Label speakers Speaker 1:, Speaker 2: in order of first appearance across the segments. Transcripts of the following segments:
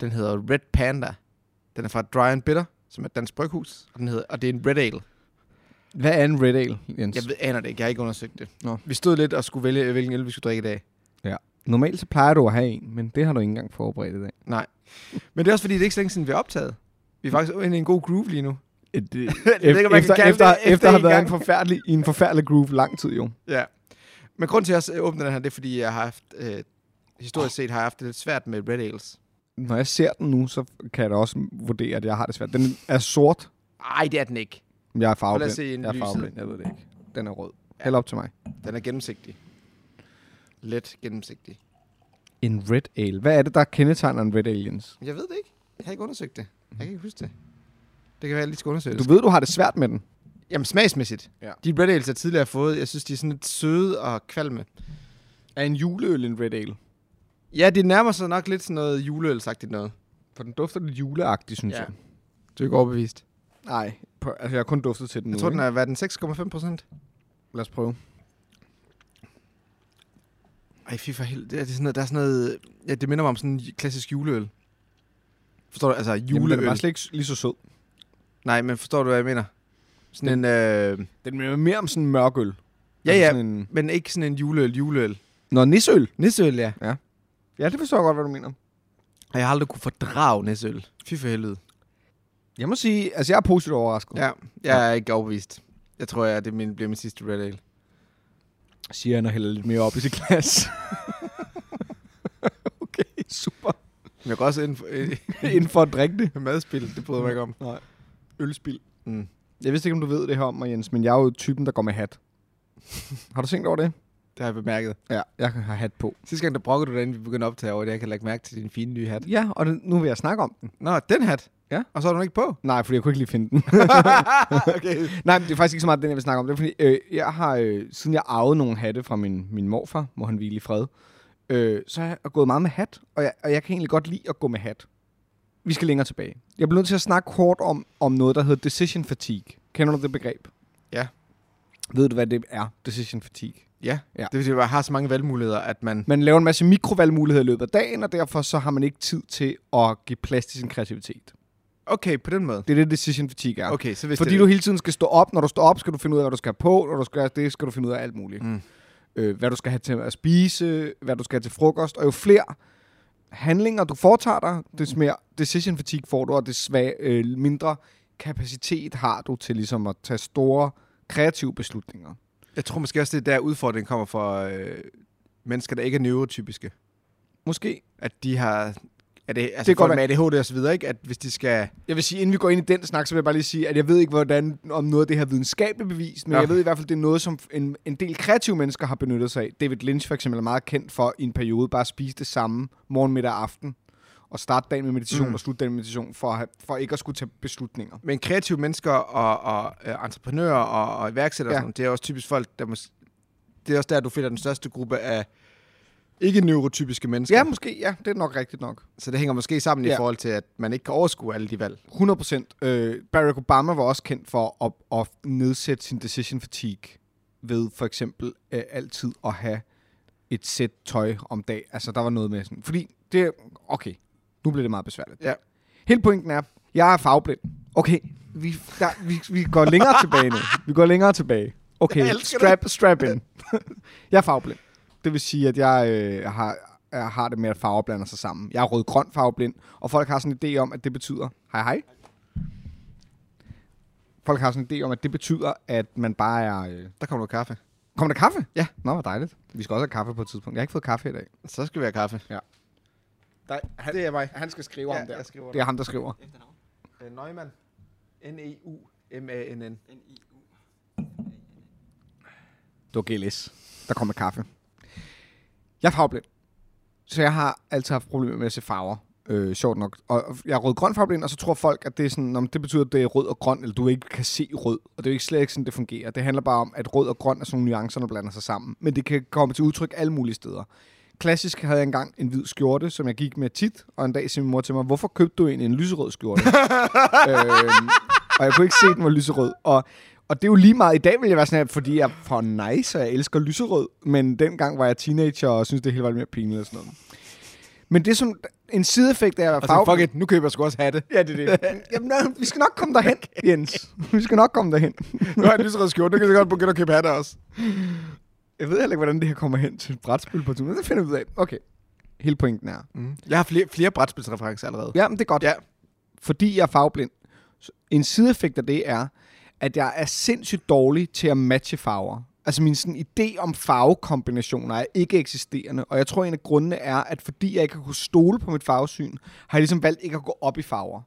Speaker 1: Den hedder Red Panda. Den er fra Dry and Bitter, som er et dansk bryghus. Og, den hedder, og det er en Red Ale.
Speaker 2: Hvad er en Red Ale, Jens?
Speaker 1: Jeg ved, aner det ikke. Jeg har ikke undersøgt det.
Speaker 2: Nå.
Speaker 1: Vi stod lidt og skulle vælge, hvilken øl vi skulle drikke i dag.
Speaker 2: Normalt så plejer du at have en, men Øh, det har du ikke engang forberedt i dag.
Speaker 1: Men det er også fordi, det er ikke så længe siden, vi har optaget. Vi er faktisk inde i en god groove lige nu.
Speaker 2: Det,
Speaker 1: ved ikke, om man kan
Speaker 2: efter,
Speaker 1: kalde
Speaker 2: efter,
Speaker 1: det
Speaker 2: efter, efter at
Speaker 1: en
Speaker 2: have været
Speaker 1: gang.
Speaker 2: en forfærdelig, i en forfærdelig groove lang tid, jo.
Speaker 1: Ja. Men grund til, at jeg også åbner den her, det er fordi, jeg har haft... Øh, historisk set har jeg haft det lidt svært med Red Ales.
Speaker 2: Når jeg ser den nu, så kan jeg da også vurdere, at jeg har det svært. Den er sort.
Speaker 1: Nej, det er den ikke.
Speaker 2: men Jeg er
Speaker 1: Prøv lige at
Speaker 2: farveblind.
Speaker 1: se en
Speaker 2: Jeg er
Speaker 1: lyset.
Speaker 2: farveblind, jeg ved det ikke. Den er rød. Held op til mig.
Speaker 1: Den er gennemsigtig. Let gennemsigtig.
Speaker 2: En red ale. Hvad er det, der kendetegner en red ale, Jens?
Speaker 1: Jeg ved det ikke. Jeg har ikke undersøgt det. Jeg kan ikke huske det. Det kan være, jeg lige skal undersøge det.
Speaker 2: Du ved, du har det svært med den.
Speaker 1: Jamen smagsmæssigt.
Speaker 2: Ja.
Speaker 1: De Red Ales, jeg tidligere har fået, jeg synes, de er sådan lidt søde og kvalme.
Speaker 2: Er en juleøl en red ale?
Speaker 1: Ja, det nærmer sig nok lidt sådan noget juleøl sagt noget.
Speaker 2: For den dufter lidt juleagtigt, synes
Speaker 1: Ja.
Speaker 2: jeg.
Speaker 1: Du er ikke overbevist. Mm.
Speaker 2: Nej, på- altså jeg har kun duftet til den
Speaker 1: Jeg
Speaker 2: nu.
Speaker 1: tror, den
Speaker 2: ikke?
Speaker 1: er, hvad er den 6,5 procent?
Speaker 2: Lad os prøve.
Speaker 1: Ej, fy for helvede. Det er, det er sådan noget, der er sådan noget... Ja, det minder mig om sådan en klassisk juleøl. Forstår du? Altså,
Speaker 2: Juleøl.
Speaker 1: juleøl.
Speaker 2: Jamen, den er bare slet ikke s- lige så sød.
Speaker 1: Nej, men forstår du, hvad jeg mener? Sådan en... Øh,
Speaker 2: Den minder mere om sådan en mørk øl.
Speaker 1: ja,
Speaker 2: Altså
Speaker 1: ja,
Speaker 2: Sådan en...
Speaker 1: men ikke sådan en juleøl, juleøl.
Speaker 2: Nå, nisseøl.
Speaker 1: Nisseøl, ja.
Speaker 2: Ja, det forstår jeg godt, hvad du mener.
Speaker 1: Og jeg har aldrig kunne fordrage nisseøl. Fy for helvede.
Speaker 2: Jeg må sige, altså jeg er positivt overrasket.
Speaker 1: Ja, jeg er ikke overbevist. Jeg tror, jeg, det er min, bliver min sidste Red Ale.
Speaker 2: Siger han og hælder lidt mere op i sit glas. okay, super.
Speaker 1: Men jeg går også ind for, øh,
Speaker 2: Inden for at drikke det.
Speaker 1: madspil, det bryder jeg mig ikke om.
Speaker 2: Nej. Ølspil.
Speaker 1: Mm.
Speaker 2: Jeg vidste ikke, om du ved det her om mig, Jens, men jeg er jo typen, der går med hat. har du tænkt over det?
Speaker 1: Det har jeg bemærket.
Speaker 2: Ja, jeg har hat på.
Speaker 1: Sidste gang, der brokkede du dig, inden vi begyndte at optage over det. Jeg kan lægge mærke til din fine nye hat.
Speaker 2: Ja, og det, nu vil jeg snakke om den.
Speaker 1: Nå, den hat?
Speaker 2: Ja.
Speaker 1: Og så er du ikke på?
Speaker 2: Nej, fordi jeg kunne ikke lige finde den.
Speaker 1: okay.
Speaker 2: Nej, men det er faktisk ikke så meget den, jeg vil snakke om. Det er fordi, øh, jeg har, øh, siden jeg arvede nogle hatte fra min, min morfar, må han hvile i fred, øh, så har jeg gået meget med hat, og jeg, og jeg kan egentlig godt lide at gå med hat. Vi skal længere tilbage. Jeg bliver nødt til at snakke kort om, om noget, der hedder decision fatigue. Kender du det begreb?
Speaker 1: Ja.
Speaker 2: Ved du, hvad det er, decision fatigue?
Speaker 1: Ja.
Speaker 2: Ja.
Speaker 1: ja. Det vil sige, at man har så mange valgmuligheder, at man...
Speaker 2: Man laver en masse mikrovalgmuligheder i løbet af dagen, og derfor så har man ikke tid til at give plads til sin kreativitet.
Speaker 1: Okay, på den måde.
Speaker 2: Det er det, decision fatigue er.
Speaker 1: Okay, så hvis
Speaker 2: Fordi
Speaker 1: det
Speaker 2: du hele tiden skal stå op. Når du står op, skal du finde ud af, hvad du skal have på. Når du skal have det, skal du finde ud af alt muligt.
Speaker 1: Mm.
Speaker 2: Øh, hvad du skal have til at spise, hvad du skal have til frokost. Og jo flere handlinger, du foretager dig, des mere decision fatigue får du, og des svag, øh, mindre kapacitet har du til ligesom at tage store kreative beslutninger.
Speaker 1: Jeg tror måske også, det er der udfordringen kommer fra øh, mennesker, der ikke er neurotypiske.
Speaker 2: Måske.
Speaker 1: At de har... Er det, altså
Speaker 2: kan
Speaker 1: det
Speaker 2: godt
Speaker 1: folk med ADHD og så videre, ikke? At hvis de skal...
Speaker 2: Jeg vil sige, inden vi går ind i den snak, så vil jeg bare lige sige, at jeg ved ikke, hvordan om noget af det her videnskabeligt bevist, men
Speaker 1: Nå.
Speaker 2: jeg ved i hvert fald, det er noget, som en, en del kreative mennesker har benyttet sig af. David Lynch for eksempel er meget kendt for i en periode bare at spise det samme morgen, middag og aften, og starte dagen med meditation mm.
Speaker 1: Mm.
Speaker 2: og slutte dagen med meditation, for, at have, for ikke at skulle tage beslutninger.
Speaker 1: Men kreative mennesker og, og øh, entreprenører og, og iværksættere,
Speaker 2: Ja.
Speaker 1: ja. sådan, det er også typisk folk, der mås- det er også der, du finder den største gruppe af ikke-neurotypiske mennesker.
Speaker 2: Ja, måske. Ja, det er nok rigtigt nok.
Speaker 1: Så det hænger måske sammen
Speaker 2: Ja.
Speaker 1: i forhold til, at man ikke kan overskue alle de valg.
Speaker 2: 100 procent. Øh, Barack Obama var også kendt for at, at nedsætte sin decision fatigue ved for eksempel øh, altid at have et sæt tøj om dag. Altså, der var noget med sådan... Fordi det... Okay, nu bliver det meget besværligt.
Speaker 1: Ja.
Speaker 2: Hele pointen er, jeg er farveblind. Okay, vi, der, vi, vi går længere tilbage nu. Vi går længere tilbage. Okay,
Speaker 1: Jeg elsker
Speaker 2: strap, strap in. jeg er farveblind. Det vil sige, at jeg øh, har, jeg har det med at farveblande sig sammen. Jeg er rød-grøn farveblind, og folk har sådan en idé om, at det betyder... Hej, hej. Folk har sådan en idé om, at det betyder, at man bare er... Øh...
Speaker 1: Der kommer noget kaffe.
Speaker 2: Kommer der kaffe?
Speaker 1: Ja.
Speaker 2: Nå, hvor dejligt. Vi skal også have kaffe på et tidspunkt. Jeg har ikke fået kaffe i dag.
Speaker 1: Så skal vi have kaffe.
Speaker 2: Nej, han, det er mig. Han skal skrive
Speaker 1: Ja,
Speaker 2: om det.
Speaker 1: jeg skriver
Speaker 2: det er ham, der skriver.
Speaker 3: Efternavn?
Speaker 1: Neumann. E N-E-U-M-A-N-N.
Speaker 3: N-I-U.
Speaker 2: Det var GLS. Der kom med kaffe. Jeg er farveblind. Så jeg har altid haft problemer med at se farver. Øh, sjovt nok. Og og jeg er rød-grøn farveblind, og så tror folk, at det, er sådan, om det betyder, at det er rød og grøn, eller du ikke kan se rød. Og det er jo ikke slet ikke sådan, det fungerer. Det handler bare om, at rød og grøn er sådan nogle nuancer, der blander sig sammen. Men det kan komme til udtryk alle mulige steder. Klassisk havde jeg engang en hvid skjorte, som jeg gik med tit, og en dag sagde min mor til mig, hvorfor købte du egentlig en lyserød skjorte? øhm, og jeg kunne ikke se, at den var lyserød. Og, og det er jo lige meget. I dag vil jeg være sådan her, fordi jeg er for nice, og jeg elsker lyserød. Men dengang var jeg teenager, og synes det hele var lidt mere pinligt og sådan noget. Men det som en sideeffekt af at være
Speaker 1: Og så,
Speaker 2: farveblind.
Speaker 1: Altså, fuck it, nu køber jeg sgu også hatte.
Speaker 2: Ja, det er det. Jamen, nej, vi skal nok komme derhen, Jens. Vi skal nok komme derhen.
Speaker 1: Nu har jeg en lyserød skjorte, nu kan jeg så godt begynde at købe hatte også.
Speaker 2: Jeg ved heller ikke, hvordan det her kommer hen til et brætspil på turen, men det finder vi ud af. Okay. Hele pointen er.
Speaker 1: Mm. Jeg har flere, flere brætspilsreferencer allerede.
Speaker 2: Ja, men det er godt.
Speaker 1: Ja.
Speaker 2: Fordi jeg er farveblind. Så En sideeffekt af det er, at jeg er sindssygt dårlig til at matche farver. Altså min sådan idé om farvekombinationer er ikke eksisterende, og jeg tror en af grundene er, at fordi jeg ikke har kunnet stole på mit farvesyn, har jeg ligesom valgt ikke at gå op i farver.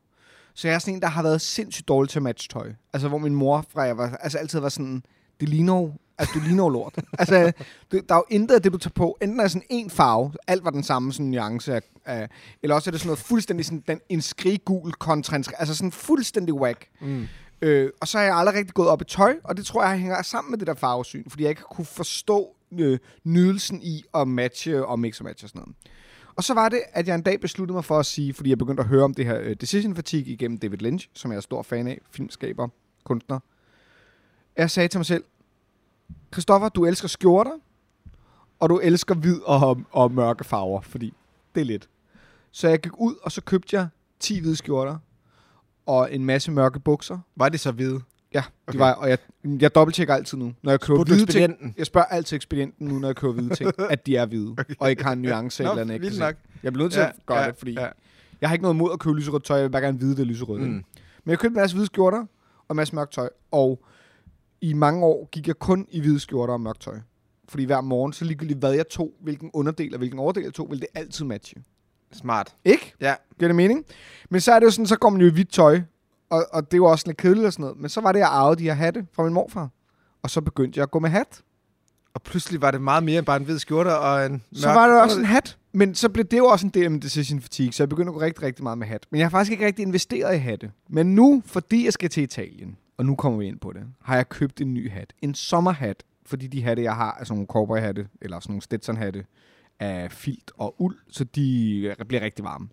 Speaker 2: Så jeg er sådan en, der har været sindssygt dårlig til at matche tøj. Altså hvor min mor fra jeg var, altså altid var sådan, det ligner jo, altså du ligner jo lort. altså det, der er jo intet af det, du tager på. Enten er det sådan en farve, alt var den samme sådan nuance, af, af, eller også er det sådan noget fuldstændig sådan den, en skriggul kontra en skrig, altså sådan fuldstændig whack.
Speaker 1: Mm.
Speaker 2: Øh, og så har jeg aldrig rigtig gået op i tøj, og det tror jeg hænger sammen med det der farvesyn, fordi jeg ikke kunne forstå øh, nydelsen i at matche og mix og matche og sådan noget. Og så var det, at jeg en dag besluttede mig for at sige, fordi jeg begyndte at høre om det her øh, decision fatigue igennem David Lynch, som jeg er stor fan af, filmskaber, kunstner. Jeg sagde til mig selv, Christoffer, du elsker skjorter, og du elsker hvid og, og mørke farver, fordi det er lidt. Så jeg gik ud, og så købte jeg 10 hvide skjorter, og en masse mørke bukser,
Speaker 1: Var det så hvide?
Speaker 2: Ja, okay.
Speaker 1: Okay.
Speaker 2: de var, og jeg, jeg dobbelttjekker altid nu, når jeg køber
Speaker 1: Spurgte du
Speaker 2: hvide ting.
Speaker 1: ekspedienten?
Speaker 2: Jeg spørger altid ekspedienten nu, når jeg køber hvide ting, at de er hvide, okay. og ikke har en nuance
Speaker 1: Nå,
Speaker 2: eller andet. jeg kan
Speaker 1: vildt
Speaker 2: se.
Speaker 1: nok.
Speaker 2: Jeg bliver nødt til ja, at gøre ja, det, fordi ja. jeg har ikke noget imod at købe lyserødt tøj, jeg vil bare gerne vide, det er lyserødt. Mm.
Speaker 1: Mm.
Speaker 2: Men jeg købte en masse hvide skjorter og en masse mørkt tøj, og i mange år gik jeg kun i hvide skjorter og mørkt tøj. Fordi hver morgen, så ligegyldigt hvad jeg tog, hvilken underdel og hvilken overdel jeg tog, ville det altid matche.
Speaker 1: Smart.
Speaker 2: Ikke?
Speaker 1: Ja.
Speaker 2: Giver det mening? Men så er det jo sådan, så går man jo i hvidt tøj, og, og det er jo også lidt kedeligt og sådan noget. Men så var det, jeg arvede de her hatte fra min morfar. Og så begyndte jeg at gå med hat.
Speaker 1: Og pludselig var det meget mere end bare en hvid skjorte og en mørk...
Speaker 2: Så var det jo også en hat. Men så blev det jo også en del af min decision fatigue, så jeg begyndte at gå rigtig, rigtig meget med hat. Men jeg har faktisk ikke rigtig investeret i hatte. Men nu, fordi jeg skal til Italien, og nu kommer vi ind på det, har jeg købt en ny hat. En sommerhat. Fordi de hatte, jeg har, er sådan nogle cowboyhatte, eller sådan nogle Stetson-hatte, af filt og uld, så de bliver rigtig varme.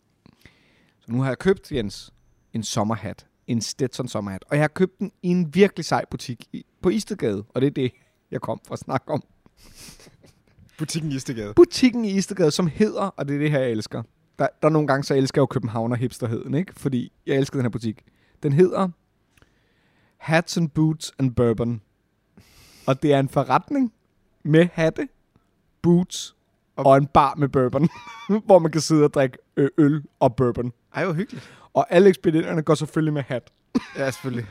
Speaker 2: Så nu har jeg købt, Jens, en sommerhat. En Stetson sommerhat. Og jeg har købt den i en virkelig sej butik i, på Istedgade. Og det er det, jeg kom for at snakke om
Speaker 1: butikken i Istegade.
Speaker 2: butikken i Istergade, som hedder, og det er det her, jeg elsker. Der, der er nogle gange, så elsker jeg jo København og hipsterheden, ikke? Fordi jeg elsker den her butik. Den hedder Hats and Boots and Bourbon. Og det er en forretning med hatte, boots og, og en bar med bourbon, hvor man kan sidde og drikke øh, øl og bourbon.
Speaker 1: Ej, hvor hyggeligt.
Speaker 2: Og alle ekspedienterne går selvfølgelig med hat.
Speaker 1: Ja, selvfølgelig.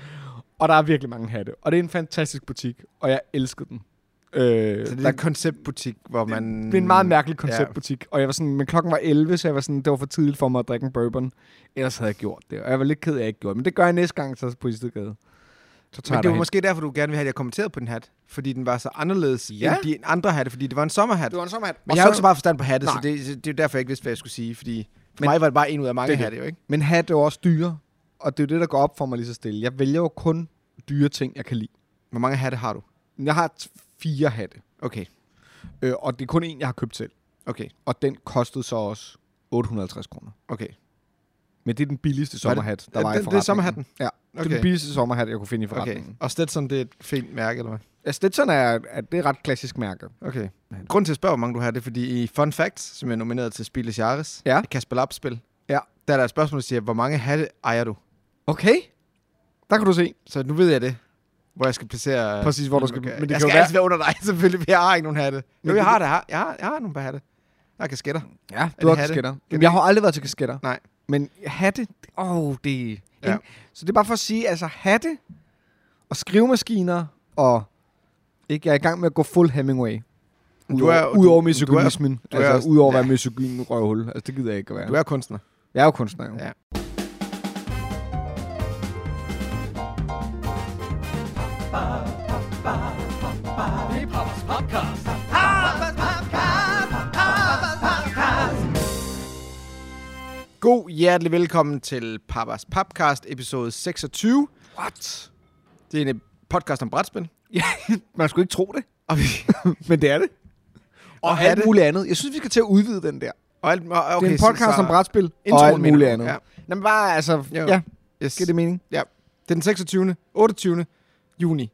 Speaker 2: Og der er virkelig mange hatte. Og det er en fantastisk butik, og jeg elskede den. Øh,
Speaker 1: Så det
Speaker 2: der
Speaker 1: er en konceptbutik, hvor man...
Speaker 2: det er en meget mærkelig konceptbutik. Og jeg var sådan, men klokken var 11, så jeg var sådan, det var for tidligt for mig at drikke en bourbon. Ellers havde jeg gjort det. Og jeg var lidt ked af, at jeg ikke gjorde det. Men det gør jeg næste gang, så på Istedgade. Så tager
Speaker 1: Men det var
Speaker 2: jeg måske...
Speaker 1: måske derfor, du gerne ville have, at jeg kommenterede på den hat. Fordi den var så anderledes
Speaker 2: Ja.
Speaker 1: ja. end de andre hatte, fordi det var en sommerhat.
Speaker 2: Det var en sommerhat.
Speaker 1: Men
Speaker 2: Og
Speaker 1: jeg har jo
Speaker 2: så-
Speaker 1: ikke så meget forstand på hatte,
Speaker 2: Nej.
Speaker 1: så det, det er jo derfor, jeg ikke vidste, hvad jeg skulle sige. Fordi for
Speaker 2: Men-
Speaker 1: mig var det bare en ud af mange
Speaker 2: Det er det.
Speaker 1: hatte, jo ikke?
Speaker 2: Men hat er jo også dyre. Og det er jo det, der går op for mig lige så stille. Jeg vælger jo kun dyre ting, jeg kan lide.
Speaker 1: Hvor mange hatte har du?
Speaker 2: Jeg har t- fire hatte.
Speaker 1: Okay,
Speaker 2: Øh, og det er kun en, jeg har købt selv.
Speaker 1: okay,
Speaker 2: Og den kostede så også 850 kroner.
Speaker 1: okay.
Speaker 2: Men det er den billigste
Speaker 1: Var det-
Speaker 2: sommerhat, der
Speaker 1: Ja,
Speaker 2: var i
Speaker 1: det- det er
Speaker 2: forretningen.
Speaker 1: sommerhatten?
Speaker 2: Ja, okay. det er
Speaker 1: Okay.
Speaker 2: den billigste sommerhat, jeg kunne finde i forretningen.
Speaker 1: okay. Og Stetson, det er et fint mærke, eller hvad?
Speaker 2: Okay. Stetson er, er, det er et ret klassisk mærke.
Speaker 1: Okay. Grunden til at spørge, hvor mange du har, det er fordi i Fun Facts, som jeg nominerede til Spil des Jahres,
Speaker 2: Ja.
Speaker 1: et Kasper Lapp spil,
Speaker 2: Ja.
Speaker 1: der er der et spørgsmål, der siger, hvor mange hatte ejer du?
Speaker 2: Okay. Der kan du se.
Speaker 1: Så nu ved jeg det, hvor jeg skal placere...
Speaker 2: Præcis, hvor du skal- men
Speaker 1: Men det
Speaker 2: det kan
Speaker 1: jeg
Speaker 2: jo
Speaker 1: skal
Speaker 2: være-
Speaker 1: altid være under dig, selvfølgelig, for jeg har ikke nogen hatte.
Speaker 2: Men
Speaker 1: Jo, jeg
Speaker 2: det-
Speaker 1: har det. Jeg har, jeg har, jeg har nogle par hatte. Jeg har kasketter.
Speaker 2: Ja,
Speaker 1: det
Speaker 2: du har
Speaker 1: hatte?
Speaker 2: kasketter.
Speaker 1: Kan
Speaker 2: Jamen, jeg har aldrig været til kasketter.
Speaker 1: Nej.
Speaker 2: Men hatte, åh, oh, det
Speaker 1: Ja.
Speaker 2: ja. Så det er bare for at sige, altså hatte og skrivemaskiner og... Ikke, jeg er i gang med at gå full Hemingway.
Speaker 1: Du er-
Speaker 2: Udover,
Speaker 1: du-
Speaker 2: udover
Speaker 1: du er-
Speaker 2: misogynismen.
Speaker 1: du er-
Speaker 2: Altså, udover at være
Speaker 1: ja.
Speaker 2: misogyn røvhul. Altså, det gider jeg ikke at være.
Speaker 1: Du er kunstner.
Speaker 2: Jeg er jo kunstner, jo.
Speaker 1: Ja. God hjertelig velkommen til Papas Podcast episode 26.
Speaker 2: What?
Speaker 1: Det er en øh, podcast om brætspil.
Speaker 2: Ja, man skulle ikke tro det.
Speaker 1: Og, vi,
Speaker 2: Men det er det. Og, og alt
Speaker 1: hatte.
Speaker 2: muligt andet. Jeg synes, vi skal til at udvide den der.
Speaker 1: og alt, og, okay,
Speaker 2: Okay, det er en podcast
Speaker 1: så, så,
Speaker 2: om brætspil og
Speaker 1: Introen,
Speaker 2: alt
Speaker 1: mener
Speaker 2: muligt
Speaker 1: du?
Speaker 2: andet. Ja.
Speaker 1: Ja.
Speaker 2: Jamen bare, altså, ja,
Speaker 1: Yes.
Speaker 2: giver det mening?
Speaker 1: Ja, det er den 26. 28. juni.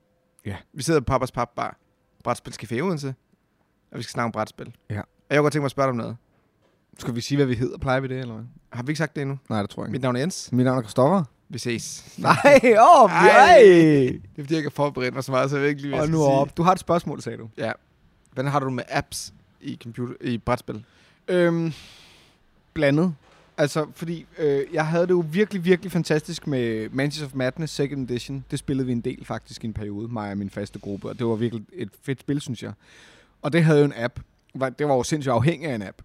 Speaker 2: Ja.
Speaker 1: Vi sidder på Papas Pap Bar, Brætspilscafé i Odense, og vi skal snakke om brætspil.
Speaker 2: Ja.
Speaker 1: Og jeg kunne godt tænke mig at spørge dig om noget.
Speaker 2: Skal vi sige, hvad vi hedder? Plejer vi det, eller hvad?
Speaker 1: Har vi ikke sagt det endnu?
Speaker 2: Nej, det tror jeg
Speaker 1: Mit
Speaker 2: ikke.
Speaker 1: navn er Jens.
Speaker 2: Mit navn er Christoffer.
Speaker 1: Vi ses.
Speaker 2: Nej, åh, oh,
Speaker 1: Ej.
Speaker 2: ej.
Speaker 1: Det er fordi, jeg ikke har forberedt mig så meget, så jeg ved ikke lige, hvad
Speaker 2: Og
Speaker 1: jeg
Speaker 2: nu
Speaker 1: skal sige.
Speaker 2: op. Du har et spørgsmål, sagde du.
Speaker 1: Hvordan har du det med apps i, computer, i brætspil?
Speaker 2: Øhm, blandet. Altså, fordi øh, jeg havde det jo virkelig, virkelig fantastisk med Mansions of Madness Second Edition. Det spillede vi en del faktisk i en periode, mig og min faste gruppe, og det var virkelig et fedt spil, synes jeg. Og det havde jo en app. Var- Det var jo sindssygt afhængig af en app.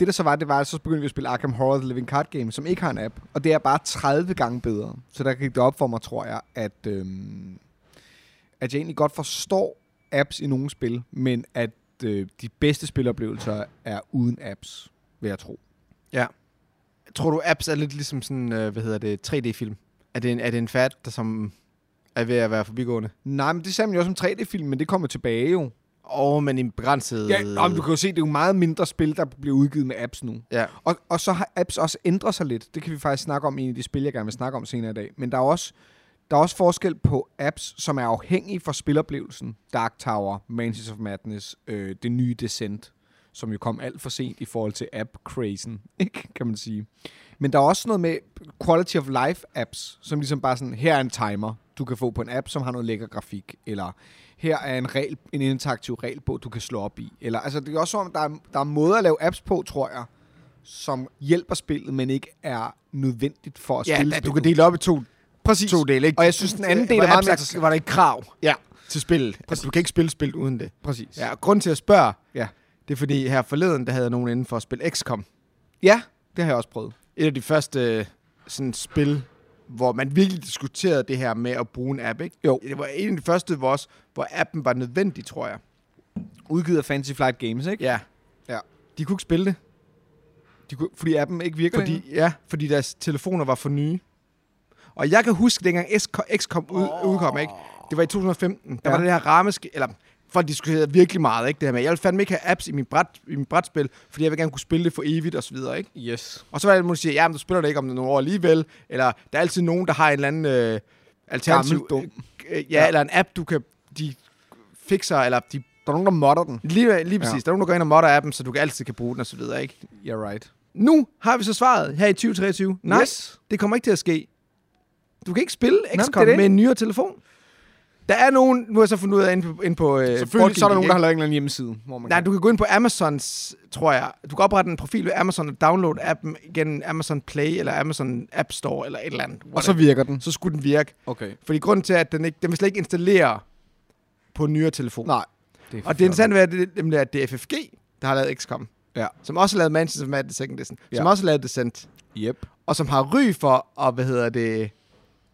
Speaker 2: Det der så var, det var, at så begyndte vi at spille Arkham Horror The Living Card Game, som ikke har en app. Og det er bare 30 gange bedre. Så der gik det op for mig, tror jeg, at, øhm, at jeg egentlig godt forstår apps i nogle spil, men at øh, de bedste spiloplevelser er uden apps, vil jeg tro.
Speaker 1: Tror du, apps er lidt ligesom sådan, øh, hvad hedder det, 3D-film? Er det en, er det en fat, der som er ved at være forbigående?
Speaker 2: Nej, men det sagde man jo også om 3D-film, men det kommer tilbage jo.
Speaker 1: Og men i en begrænset...
Speaker 2: Ja, nå, men du kan jo se, det er jo meget mindre spil, der bliver udgivet med apps nu.
Speaker 1: ja.
Speaker 2: Og, og så har apps også ændret sig lidt. Det kan vi faktisk snakke om i en af de spil, jeg gerne vil snakke om senere i dag. Men der er også, der er også forskel på apps, som er afhængige for spiloplevelsen. Dark Tower, Mansions of Madness, øh, det nye Descent, som jo kom alt for sent i forhold til app-crazen, ikke, kan man sige. Men der er også noget med quality of life apps, som ligesom bare sådan, her er en timer, du kan få på en app, som har noget lækker grafik, eller her er en, regel, en interaktiv regelbog, du kan slå op i. Eller, altså, det er også som om, der er, der er måder at lave apps på, tror jeg, som hjælper spillet, men ikke er nødvendigt for at spille
Speaker 1: ja
Speaker 2: spillet.
Speaker 1: du kan dele op i to,
Speaker 2: Præcis.
Speaker 1: to dele, ikke? Øh,
Speaker 2: Og jeg synes, den anden del er
Speaker 1: Hvor
Speaker 2: meget
Speaker 1: apps
Speaker 2: mere
Speaker 1: er- Var der ikke krav
Speaker 2: Ja,
Speaker 1: til spillet? Altså, du kan ikke spille spil uden det.
Speaker 2: præcis.
Speaker 1: Ja, og grund til at spørge,
Speaker 2: Ja.
Speaker 1: det er fordi her forleden, der havde jeg nogen inden for at spille XCOM.
Speaker 2: ja, det har jeg også prøvet.
Speaker 1: Et af de første øh, sådan spil, hvor man virkelig diskuterede det her med at bruge en app, ikke?
Speaker 2: Jo.
Speaker 1: Det var en af de første, hvor, også, hvor appen var nødvendig, tror jeg.
Speaker 2: Udgivet af Fantasy Flight Games, ikke?
Speaker 1: Ja.
Speaker 2: Ja.
Speaker 1: De kunne ikke spille det,
Speaker 2: De kunne, fordi appen ikke virker længere.
Speaker 1: fordi, ja, fordi deres telefoner var for nye. Og jeg kan huske, dengang SK XCOM ud, udkom, ikke? Det var i 2015. Der
Speaker 2: Ja.
Speaker 1: var det her rammesk... Eller, folk diskuterede virkelig meget, ikke? Det her med, jeg vil fandme ikke have apps i min, bræt, i min brætspil, fordi jeg vil gerne kunne spille det for evigt og så videre, ikke?
Speaker 2: Yes.
Speaker 1: Og så var der nogen, der siger, ja, men du spiller det ikke om nogle år alligevel, eller der er altid nogen, der har en eller anden øh, alternativ...
Speaker 2: Gammel dum.
Speaker 1: Øh, ja,
Speaker 2: Ja.
Speaker 1: ja, eller en app, du kan... De fikser, eller de...
Speaker 2: Der er nogen, der modder den.
Speaker 1: Lige, lige
Speaker 2: Ja.
Speaker 1: præcis, ja. der er nogen, der går ind og modder appen, så du kan altid kan bruge den og så videre, ikke?
Speaker 2: You're right.
Speaker 1: Nu har vi så svaret her i 2023. Nej, yes.
Speaker 2: Yes.
Speaker 1: det kommer ikke til at ske. Du kan ikke spille
Speaker 2: det er
Speaker 1: XCOM Nå,
Speaker 2: det.
Speaker 1: med en nyere telefon. Der er nogen, nu har jeg så fundet ud af, inde på, inde på øh,
Speaker 2: Selvfølgelig så er der nogen, der har
Speaker 1: har...
Speaker 2: lavet en eller anden hjemmeside, hvor man
Speaker 1: Nej,
Speaker 2: kan.
Speaker 1: du kan gå ind på Amazons, tror jeg. Du kan oprette en profil ved Amazon og downloade appen gennem Amazon Play eller Amazon App Store eller et eller andet.
Speaker 2: Og så virker den.
Speaker 1: så skulle den virke.
Speaker 2: Okay.
Speaker 1: Fordi grunden til, at den, ikke, den vil slet ikke installere på en nyere telefon.
Speaker 2: Nej. Det
Speaker 1: Og det interessante ved, at det, nemlig, at det er FFG, der har lavet XCOM.
Speaker 2: Ja.
Speaker 1: Som også har lavet Mansions of Madness Second Edition. Ja. Som
Speaker 2: Ja.
Speaker 1: også har lavet Descent.
Speaker 2: Yep.
Speaker 1: og som har ry for at, hvad hedder det,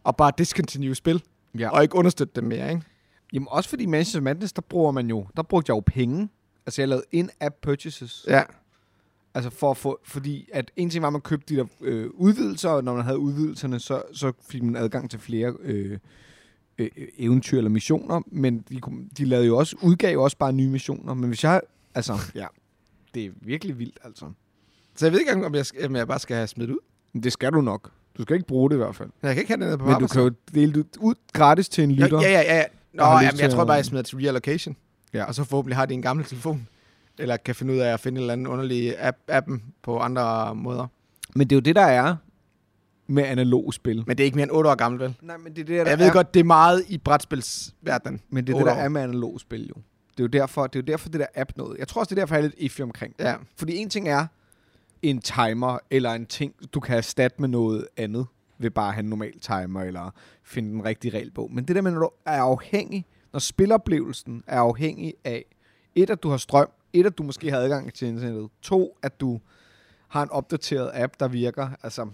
Speaker 1: at bare discontinue spil,
Speaker 2: Ja.
Speaker 1: og ikke understøtte dem mere, ikke?
Speaker 2: Jamen også fordi Manchester Madness, der bruger man jo, der brugte jeg jo penge. Altså jeg lavede in-app purchases.
Speaker 1: Ja.
Speaker 2: Altså for at få, fordi at en ting var, at man købte de der øh, udvidelser, og når man havde udvidelserne, så, så fik man adgang til flere øh, øh, øh, eventyr eller missioner, men de, kunne- de lavede jo også, udgav jo også bare nye missioner. Men hvis jeg, altså, ja, det er virkelig vildt, altså.
Speaker 1: Så jeg ved ikke, engang, om jeg, skal, om jeg bare skal have smidt ud.
Speaker 2: Men det skal du nok. Du skal ikke bruge det i hvert fald.
Speaker 1: Jeg kan ikke have det nede på
Speaker 2: Men du kan jo dele det ud gratis til en lytter.
Speaker 1: Ja, ja, ja. ja. Nå,
Speaker 2: Der har lyst
Speaker 1: jamen, jeg
Speaker 2: til
Speaker 1: tror
Speaker 2: at-
Speaker 1: bare, jeg smider til reallocation.
Speaker 2: Ja.
Speaker 1: Og så forhåbentlig har de en gammel telefon. Eller kan finde ud af at finde en eller anden underlig app, appen på andre måder.
Speaker 2: Men det er jo det, der er med analog spil.
Speaker 1: Men det er ikke mere end 8 år gammelt, vel?
Speaker 2: Nej, men det er det,
Speaker 1: Jeg ved godt, det er meget i brætspilsverdenen.
Speaker 2: Men det er det,
Speaker 1: Otte
Speaker 2: der
Speaker 1: år.
Speaker 2: er med analog spil jo. Det er jo derfor, det, er jo derfor, det der app noget. Jeg tror også, det er derfor, jeg er lidt iffy omkring det.
Speaker 1: Ja.
Speaker 2: Fordi en ting er en timer, eller en ting, du kan erstatte med noget andet, ved bare at have en normal timer, eller finde den rigtige regelbog. Men det der med, når du er afhængig, når spiloplevelsen er afhængig af, et, at du har strøm, et, at du måske har adgang til internettet, to, at du har en opdateret app, der virker, altså...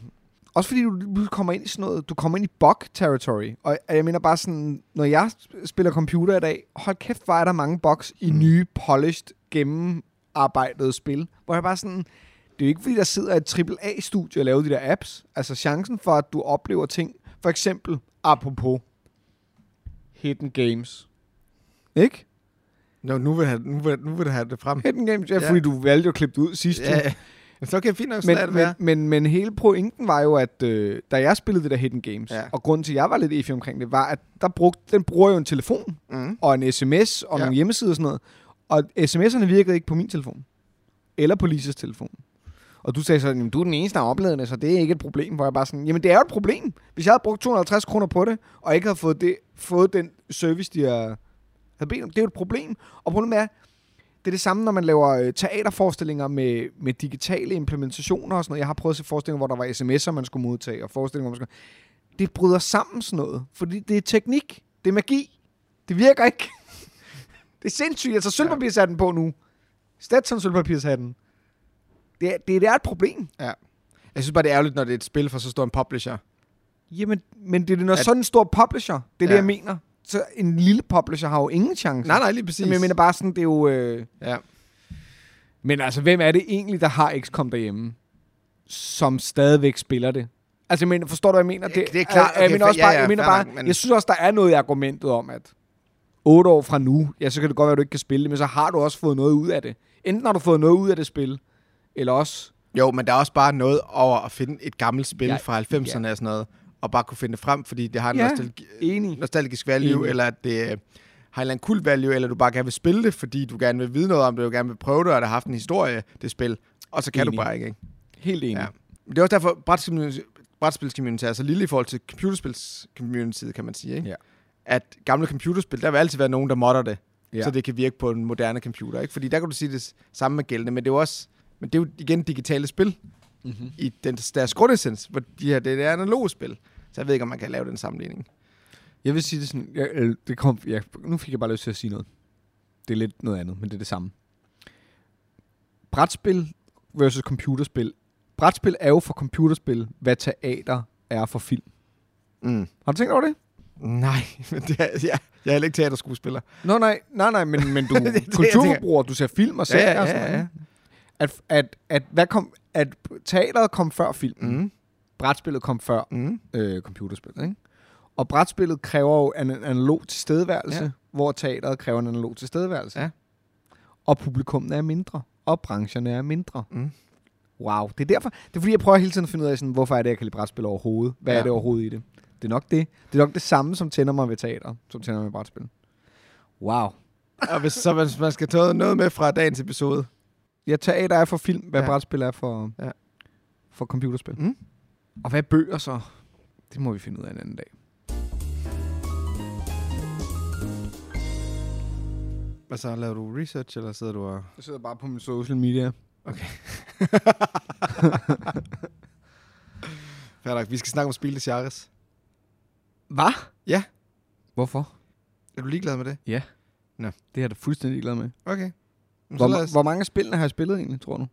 Speaker 2: Også fordi du lige kommer ind i sådan noget, du kommer ind i bug territory, og og jeg mener bare sådan, når jeg spiller computer i dag, hold kæft, hvor er der mange bugs i nye, polished, gennemarbejdede spil, hvor jeg bare sådan, det er jo ikke fordi, der sidder et AAA-studie og laver de der apps. Altså chancen for, at du oplever ting, for eksempel, apropos, Hidden Games. Ikke?
Speaker 1: Nå, nu vil, have, nu, vil, nu vil du have det frem.
Speaker 2: Hidden Games, ja,
Speaker 1: Ja.
Speaker 2: ja. fordi du valgte jo at klippe det ud sidst. jo.
Speaker 1: Ja. Så kan jeg fint nok sådan
Speaker 2: Men,
Speaker 1: lade det
Speaker 2: men,
Speaker 1: være.
Speaker 2: men, men hele pointen var jo, at øh, da jeg spillede det der Hidden Games,
Speaker 1: Ja.
Speaker 2: ja. og grunden til, at jeg var lidt effig omkring det, var, at der brugte, den bruger jo en telefon,
Speaker 1: Mm.
Speaker 2: Mm-hmm. og en sms, og
Speaker 1: Ja.
Speaker 2: nogle hjemmesider og sådan noget. Og sms'erne virkede ikke på min telefon. Eller på Lises telefon. Og du sagde så, jamen, du er den eneste, der har oplevet det, så det er ikke et problem. Hvor jeg bare sådan, jamen det er jo et problem. Hvis jeg havde brugt 250 kroner på det, og ikke havde fået, det, fået den service, de har- havde bedt om, det er jo et problem. Og problemet er, det er det samme, når man laver øh, teaterforestillinger med, med digitale implementationer og sådan noget. Jeg har prøvet at se forestillinger, hvor der var sms'er, man skulle modtage, og forestillinger, hvor man skulle... Det bryder sammen sådan noget, fordi det er teknik, det er magi, det virker ikke. det er sindssygt, altså sølvpapirshatten på nu. Stetson sølvpapirshatten. Det er, det, det er et problem.
Speaker 1: Jeg synes bare, det er ærgerligt, når det er et spil for så stor en publisher.
Speaker 2: Jamen, men det er når
Speaker 1: At-
Speaker 2: sådan en stor publisher, det er ja. det,
Speaker 1: Ja.
Speaker 2: jeg mener. Så en lille publisher har jo ingen chance.
Speaker 1: Nej, nej, lige præcis.
Speaker 2: Men jeg mener bare sådan, det er jo... Øh,
Speaker 1: Ja.
Speaker 2: Men altså, hvem er det egentlig, der har XCOM derhjemme, som stadigvæk spiller det? Altså, jeg mener, forstår du, hvad jeg mener?
Speaker 1: Det- det er klart.
Speaker 2: Jeg, jeg
Speaker 1: Okay,
Speaker 2: mener
Speaker 1: for-
Speaker 2: også
Speaker 1: ja,
Speaker 2: bare,
Speaker 1: ja,
Speaker 2: jeg, mener
Speaker 1: fair
Speaker 2: bare
Speaker 1: nok, men-
Speaker 2: jeg synes også, der er noget i argumentet om, at otte år fra nu, ja, så kan det godt være, at du ikke kan spille det, men så har du også fået noget ud af det. Enten har du fået noget ud af det spil, eller også...
Speaker 1: Jo, men der er også bare noget over at finde et gammelt spil
Speaker 2: Ja,
Speaker 1: ja, fra 90'erne ja. og sådan noget, og bare kunne finde det frem, fordi det har en
Speaker 2: Ja.
Speaker 1: ja. nostalgi
Speaker 2: Enig.
Speaker 1: nostalgisk value,
Speaker 2: Enig.
Speaker 1: eller at det øh, har en eller anden cool value, eller du bare gerne vil spille det, fordi du gerne vil vide noget om det, du gerne vil prøve det, og det har haft en historie, det spil. Og så kan
Speaker 2: Enig.
Speaker 1: du bare ikke, ikke?
Speaker 2: Helt enig. Ja.
Speaker 1: Ja. Men det er også derfor, brætspils- brætspilscommunity er så lille i forhold til computerspilscommunity, kan man sige, ikke?
Speaker 2: Ja.
Speaker 1: At gamle computerspil, der vil altid være nogen, der modder det,
Speaker 2: Ja.
Speaker 1: ja. så det kan virke på en moderne computer, ikke? Fordi der kan du sige det s- samme med gældende, men det er jo også, men det er jo igen digitale spil
Speaker 2: Mm-hmm.
Speaker 1: i den, deres grundessens, hvor de her, det er analoge spil. Så jeg ved ikke, om man kan lave den sammenligning.
Speaker 2: Jeg vil sige det sådan... Jeg, øh, det kom, jeg, nu fik jeg bare lyst til at sige noget. Det er lidt noget andet, men det er det samme. Brætspil versus computerspil. Brætspil er jo for computerspil, hvad teater er for film.
Speaker 1: Mm.
Speaker 2: Har du tænkt over det?
Speaker 1: Nej, men det er, ja, jeg er heller ikke teaterskuespiller.
Speaker 2: Nå nej, nej, nej, men, men du
Speaker 1: Det er det,
Speaker 2: er
Speaker 1: jeg
Speaker 2: kulturforbruger, du ser film og
Speaker 1: Ja, ja,
Speaker 2: serier og
Speaker 1: ja,
Speaker 2: sådan
Speaker 1: ja.
Speaker 2: noget. At, at, at, hvad kom, at teateret kom før filmen.
Speaker 1: Mm.
Speaker 2: Brætspillet kom før
Speaker 1: Mm.
Speaker 2: øh, computerspillet, ikke? Og brætspillet kræver jo en en analog tilstedeværelse, ja.
Speaker 1: Ja.
Speaker 2: hvor teateret kræver en analog tilstedeværelse.
Speaker 1: Ja.
Speaker 2: Og publikummet er mindre, og brancherne er mindre.
Speaker 1: Mm.
Speaker 2: Wow, det er derfor, det er fordi, jeg prøver hele tiden at finde ud af, sådan, hvorfor er det, jeg kan lide brætspil overhovedet? Hvad ja. er
Speaker 1: Ja.
Speaker 2: det overhovedet i det? Det er nok det. Det er nok det samme, som tænder mig ved teater, som tænder mig ved brætspil. Wow.
Speaker 1: Og hvis, så hvis man skal tage noget med fra dagens episode,
Speaker 2: Ja, teater er for film, hvad ja.
Speaker 1: Ja.
Speaker 2: brætspil er for, ja.
Speaker 1: Ja.
Speaker 2: for computerspil.
Speaker 1: Mm.
Speaker 2: Og hvad er bøger så? Det må vi finde ud af en anden dag.
Speaker 1: Hvad så, laver du research, eller sidder du og...
Speaker 2: Jeg sidder bare på min social media.
Speaker 1: Fair nok, vi skal snakke om Spil de Charis.
Speaker 2: Hvad?
Speaker 1: Ja.
Speaker 2: Hvorfor?
Speaker 1: Er du ligeglad med det?
Speaker 2: Det er jeg da fuldstændig glad med.
Speaker 1: Okay. Men så lad
Speaker 2: Hvor,
Speaker 1: os...
Speaker 2: hvor mange af spillene har jeg spillet egentlig, tror du?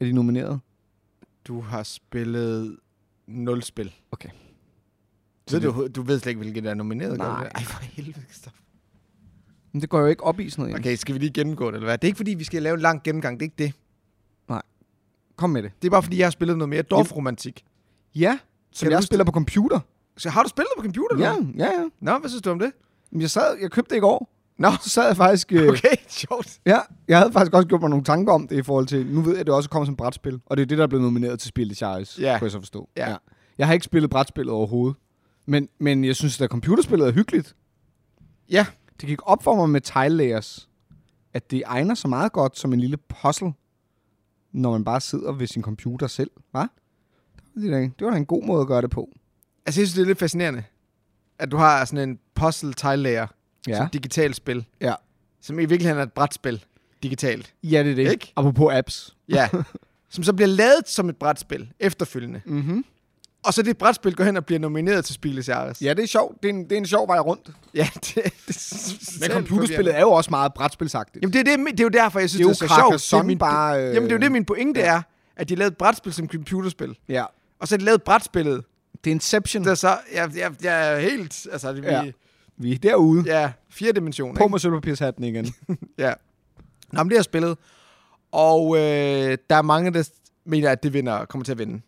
Speaker 2: Er de nomineret?
Speaker 1: Du har spillet nul spil.
Speaker 2: Okay.
Speaker 1: Ved du, du ved slet ikke, hvilket der er nomineret. gør du
Speaker 2: Nej.
Speaker 1: det? Ej, for helvede, Christoffer.
Speaker 2: Men det går jo ikke op i sådan noget. egentlig.
Speaker 1: Okay, skal vi lige gennemgå det, eller hvad? Det er ikke, fordi vi skal lave en lang gennemgang. Det er ikke det.
Speaker 2: Kom med det.
Speaker 1: Det er bare, fordi jeg har spillet noget mere Dorf-romantik.
Speaker 2: Ja, som
Speaker 1: du
Speaker 2: jeg
Speaker 1: huske
Speaker 2: spiller på computer.
Speaker 1: Så har du spillet på computer?
Speaker 2: Ja,
Speaker 1: eller
Speaker 2: ja, ja.
Speaker 1: hvad? Nå, hvad synes du om det?
Speaker 2: Men jeg, sad, jeg købte det i går.
Speaker 1: Nå.
Speaker 2: Så sad jeg faktisk... Øh, okay.
Speaker 1: Okay, sjovt.
Speaker 2: Ja, jeg havde faktisk også gjort mig nogle tanker om det i forhold til... Nu ved jeg, at det også kommer som brætspil. Og det er det, der er blevet nomineret til Spil i Charles,
Speaker 1: Ja.
Speaker 2: kunne jeg så forstå.
Speaker 1: Ja.
Speaker 2: Jeg har ikke spillet brætspillet overhovedet. Men, men jeg synes, at computerspillet er hyggeligt.
Speaker 1: Ja.
Speaker 2: Det gik op for mig med Tile Layers, at det egner sig meget godt som en lille puzzle, når man bare sidder ved sin computer selv, hva? Det var da- det var da en god måde at gøre det på.
Speaker 1: Altså, jeg synes, det er lidt fascinerende, at du har sådan en puzzle tile layer
Speaker 2: Ja.
Speaker 1: som et digitalt spil.
Speaker 2: Ja.
Speaker 1: Som i virkeligheden er et brætspil digitalt.
Speaker 2: Ja, det er det.
Speaker 1: Ikke?
Speaker 2: Apropos apps.
Speaker 1: Ja. som så bliver lavet som et brætspil efterfølgende.
Speaker 2: Mm-hmm.
Speaker 1: Og så det brætspil går hen og bliver nomineret til Spieles Jahres.
Speaker 2: Ja, det er sjovt. Det er en, det er en sjov vej rundt.
Speaker 1: ja det, det
Speaker 2: Men computerspillet er jo også meget brætspilsagtigt.
Speaker 1: Jamen, det er, det, mi- det er jo derfor, jeg synes, det er, så sjovt. Det er
Speaker 2: Carcassonne
Speaker 1: min,
Speaker 2: bare... Øh,
Speaker 1: Jamen, det er jo det, min pointe ja. er, at de lavede et brætspil som computerspil.
Speaker 2: Ja.
Speaker 1: Og så har de lavet brætspillet,
Speaker 2: Det er Inception.
Speaker 1: der så... Jeg, jeg, jeg er helt... Altså, vi,
Speaker 2: Ja.
Speaker 1: ja.
Speaker 2: Vi er derude. Ja.
Speaker 1: ja fire dimensioner.
Speaker 2: På
Speaker 1: ikke?
Speaker 2: med sølvpapirshatten igen.
Speaker 1: Ja. Nå, men det har jeg spillet. Og øh, der er mange, der mener, at det vinder, kommer til at vinde.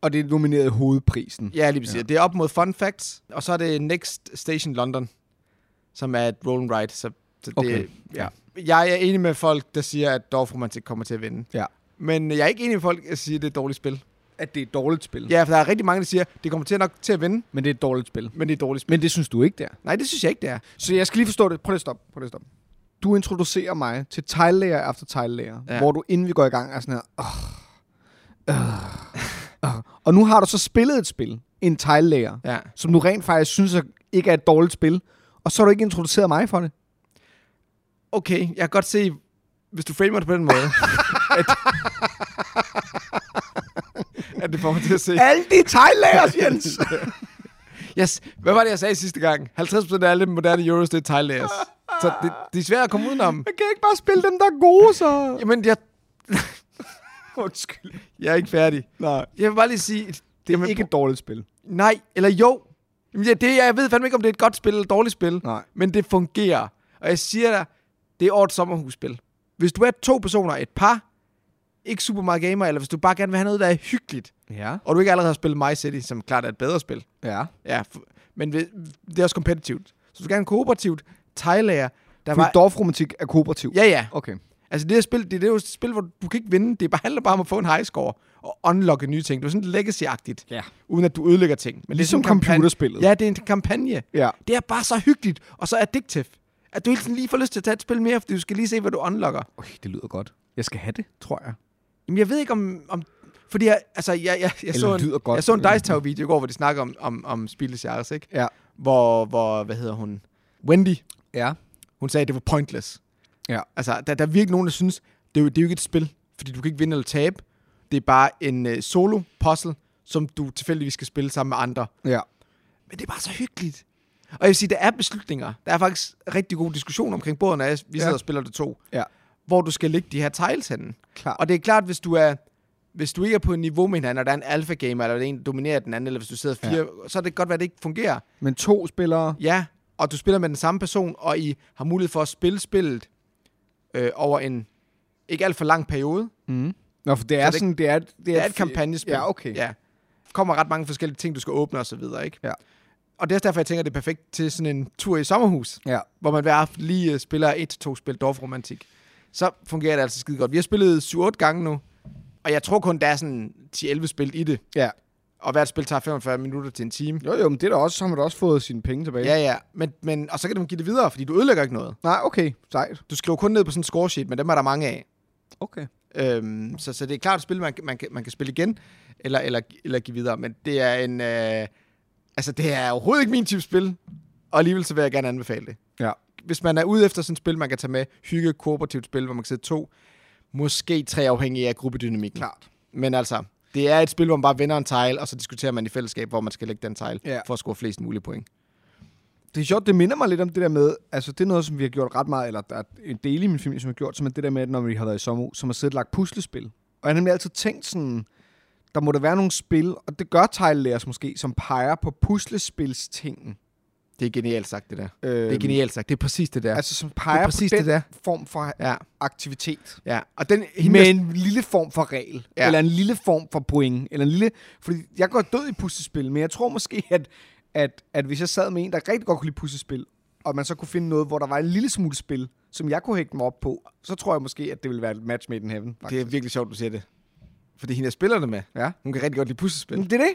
Speaker 2: Og det er nomineret i hovedprisen.
Speaker 1: Ja, lige præcis. Ja. Det er op mod Fun Facts, og så er det Next Station London, som er et roll and ride. Så så det,
Speaker 2: Okay.
Speaker 1: ja. Jeg er enig med folk, der siger, at Dorf Romantik kommer til at vinde.
Speaker 2: Ja.
Speaker 1: Men jeg er ikke enig med folk, der siger, at det er et dårligt spil.
Speaker 2: At det er et dårligt spil.
Speaker 1: Ja, for der er rigtig mange, der siger, at det kommer til nok til at vinde,
Speaker 2: Men det er et dårligt spil.
Speaker 1: men det er et dårligt spil.
Speaker 2: Men det synes du ikke, det er.
Speaker 1: Nej, det synes jeg ikke, det er.
Speaker 2: Så jeg skal lige forstå det. Prøv lige at stoppe. Prøv lige at stoppe. Du introducerer mig til teglayer efter teglayer, ja.
Speaker 1: Ja.
Speaker 2: hvor du inden vi går i gang er sådan her, oh, Øh. Og nu har du så spillet et spil, en tile layer,
Speaker 1: Ja.
Speaker 2: som du rent faktisk synes er, ikke er et dårligt spil, og så har du ikke introduceret mig for det.
Speaker 1: Okay, jeg kan godt se, hvis du framer det på den måde, at, at det får mig til at se.
Speaker 2: Alle de tile layers, Jens!
Speaker 1: Yes. Hvad var det, jeg sagde sidste gang? 50% af alle moderne Euros, det er tile layers. Så det, det er svært at komme udenom.
Speaker 2: Jeg kan ikke bare spille dem, der er gode, så...
Speaker 1: Jamen, jeg,
Speaker 2: Undskyld.
Speaker 1: jeg er ikke færdig.
Speaker 2: Nej.
Speaker 1: Jeg vil bare lige sige...
Speaker 2: Det er
Speaker 1: Jamen,
Speaker 2: ikke et dårligt spil.
Speaker 1: Nej, eller jo. Jamen, ja, det, jeg ved fandme ikke, om det er et godt spil eller et dårligt spil.
Speaker 2: Nej.
Speaker 1: Men det fungerer. Og jeg siger dig, det er årets sommerhusspil. Hvis du er to personer, et par, ikke super meget gamer, eller hvis du bare gerne vil have noget, der er hyggeligt,
Speaker 2: Ja.
Speaker 1: og du ikke allerede har spillet My City, som klart er et bedre spil.
Speaker 2: Ja.
Speaker 1: Ja, f- men ved- det er også kompetitivt. Så hvis du gerne vil kooperativt, Thailager, der var...
Speaker 2: Fuldt er kooperativ.
Speaker 1: Ja, ja.
Speaker 2: Okay.
Speaker 1: Altså det, her spil, det, det er jo et spil, hvor du kan ikke vinde. Det bare handler bare om at få en high score og unlocke nye ting. Det er sådan legacy-agtigt,
Speaker 2: Ja.
Speaker 1: uden at du ødelægger ting. Men det er
Speaker 2: Ligesom
Speaker 1: sådan en kampagne-
Speaker 2: computerspillet.
Speaker 1: Ja, det er en kampagne.
Speaker 2: Ja.
Speaker 1: Det er bare så hyggeligt og så addictive, at du hele tiden lige får lyst til at tage et spil mere, fordi du skal lige se, hvad du unlocker.
Speaker 2: Øj, det lyder godt. Jeg skal have det, tror jeg.
Speaker 1: Jamen jeg ved ikke om... om fordi jeg, altså, jeg, jeg, jeg, så
Speaker 2: det lyder
Speaker 1: en,
Speaker 2: godt.
Speaker 1: jeg så en Dice Tower video i går, hvor de snakker om, om, om Spil Genres, ikke?
Speaker 2: Ja.
Speaker 1: Hvor, hvor, hvad hedder hun? Wendy,
Speaker 2: Ja.
Speaker 1: hun sagde, at det var pointless.
Speaker 2: Ja.
Speaker 1: Altså, der, der er virkelig nogen, der synes, det er, jo, det er jo ikke et spil, fordi du kan ikke vinde eller tabe. Det er bare en øh, solo-puzzle, som du tilfældigvis skal spille sammen med andre.
Speaker 2: Ja.
Speaker 1: Men det er bare så hyggeligt. Og jeg vil sige, der er beslutninger. Der er faktisk rigtig god diskussion omkring bordet, når jeg- vi
Speaker 2: Ja.
Speaker 1: sidder og spiller det to.
Speaker 2: Ja.
Speaker 1: Hvor du skal lægge de her tiles henne.
Speaker 2: Klar.
Speaker 1: Og det er klart, hvis du er... Hvis du ikke er på et niveau med hinanden, og der er en alfa-gamer, eller der er en, der dominerer den anden, eller hvis du sidder fire, så er det godt, at det ikke fungerer.
Speaker 2: Men to spillere...
Speaker 1: Ja, og du spiller med den samme person, og I har mulighed for at spille spillet øh, over en ikke alt for lang periode.
Speaker 2: Mm. Nå, for det er
Speaker 1: det-
Speaker 2: sådan... Det er, det er,
Speaker 1: Det er et kampagnespil.
Speaker 2: Ja, okay.
Speaker 1: Ja. Kommer ret mange forskellige ting, du skal åbne og så videre, ikke?
Speaker 2: Ja.
Speaker 1: Og det er også derfor, jeg tænker, det er perfekt til sådan en tur i sommerhus,
Speaker 2: ja.
Speaker 1: hvor man hver aften lige øh, spiller et til to spil Dorfromantik. Så fungerer det altså skide godt. Vi har spillet 7-8 gange nu, og jeg tror kun, der er sådan 10-11 spil i det.
Speaker 2: Ja.
Speaker 1: Og hvert spil tager 45 minutter til en time.
Speaker 2: Jo, jo, men det er da også... Så har man da også fået sine penge tilbage.
Speaker 1: Ja, ja. Men, men, og så kan du give det videre, fordi du ødelægger ikke noget.
Speaker 2: Nej, okay. Sejt.
Speaker 1: Du skriver kun ned på sådan en scoresheet, men dem er der mange af.
Speaker 2: Okay.
Speaker 1: Øhm, så, så det er klart et spil, man, man, kan, man kan spille igen, eller, eller, eller give videre. Men det er en... Øh, altså, det er overhovedet ikke min type spil, og alligevel så vil jeg gerne anbefale det.
Speaker 2: Ja.
Speaker 1: Hvis man er ude efter sådan et spil, man kan tage med, hygge, kooperativt spil, hvor man kan sidde to, måske tre afhængige af gruppedynamikken.
Speaker 2: Klart.
Speaker 1: Men altså, det er et spil, hvor man bare vender en tile, og så diskuterer man i fællesskab, hvor man skal lægge den tile,
Speaker 2: Ja.
Speaker 1: for at score flest mulige point.
Speaker 2: Det er sjovt, det minder mig lidt om det der med, altså det er noget, som vi har gjort ret meget, eller der er en del i min familie, som har gjort, som er det der med, at når vi har været i sommerhus, som har siddet og lagt puslespil. Og jeg har nemlig altid tænkt sådan, der må der være nogle spil, og det gør teglelærers måske, som peger på puslespilstingen.
Speaker 1: Det er genialt sagt, det der.
Speaker 2: Øh,
Speaker 1: Det er genialt sagt. Det er præcis det der.
Speaker 2: Altså som peger
Speaker 1: præcis
Speaker 2: på den
Speaker 1: det der.
Speaker 2: form for
Speaker 1: Ja,
Speaker 2: aktivitet.
Speaker 1: ja. Og den, hende,
Speaker 2: Med en lille form for regel, ja.
Speaker 1: Ja.
Speaker 2: eller en lille form for point, eller en lille... Fordi jeg går død i puslespil, men jeg tror måske, at, at, at hvis jeg sad med en, der rigtig godt kunne lide puslespil, og man så kunne finde noget, hvor der var en lille smule spil, som jeg kunne hægte mig op på, så tror jeg måske, at det ville være et match made in heaven.
Speaker 1: Det er virkelig sjovt, du siger det. Fordi hende, jeg spiller det med,
Speaker 2: Ja.
Speaker 1: hun kan rigtig godt lide puslespil.
Speaker 2: Men det er det.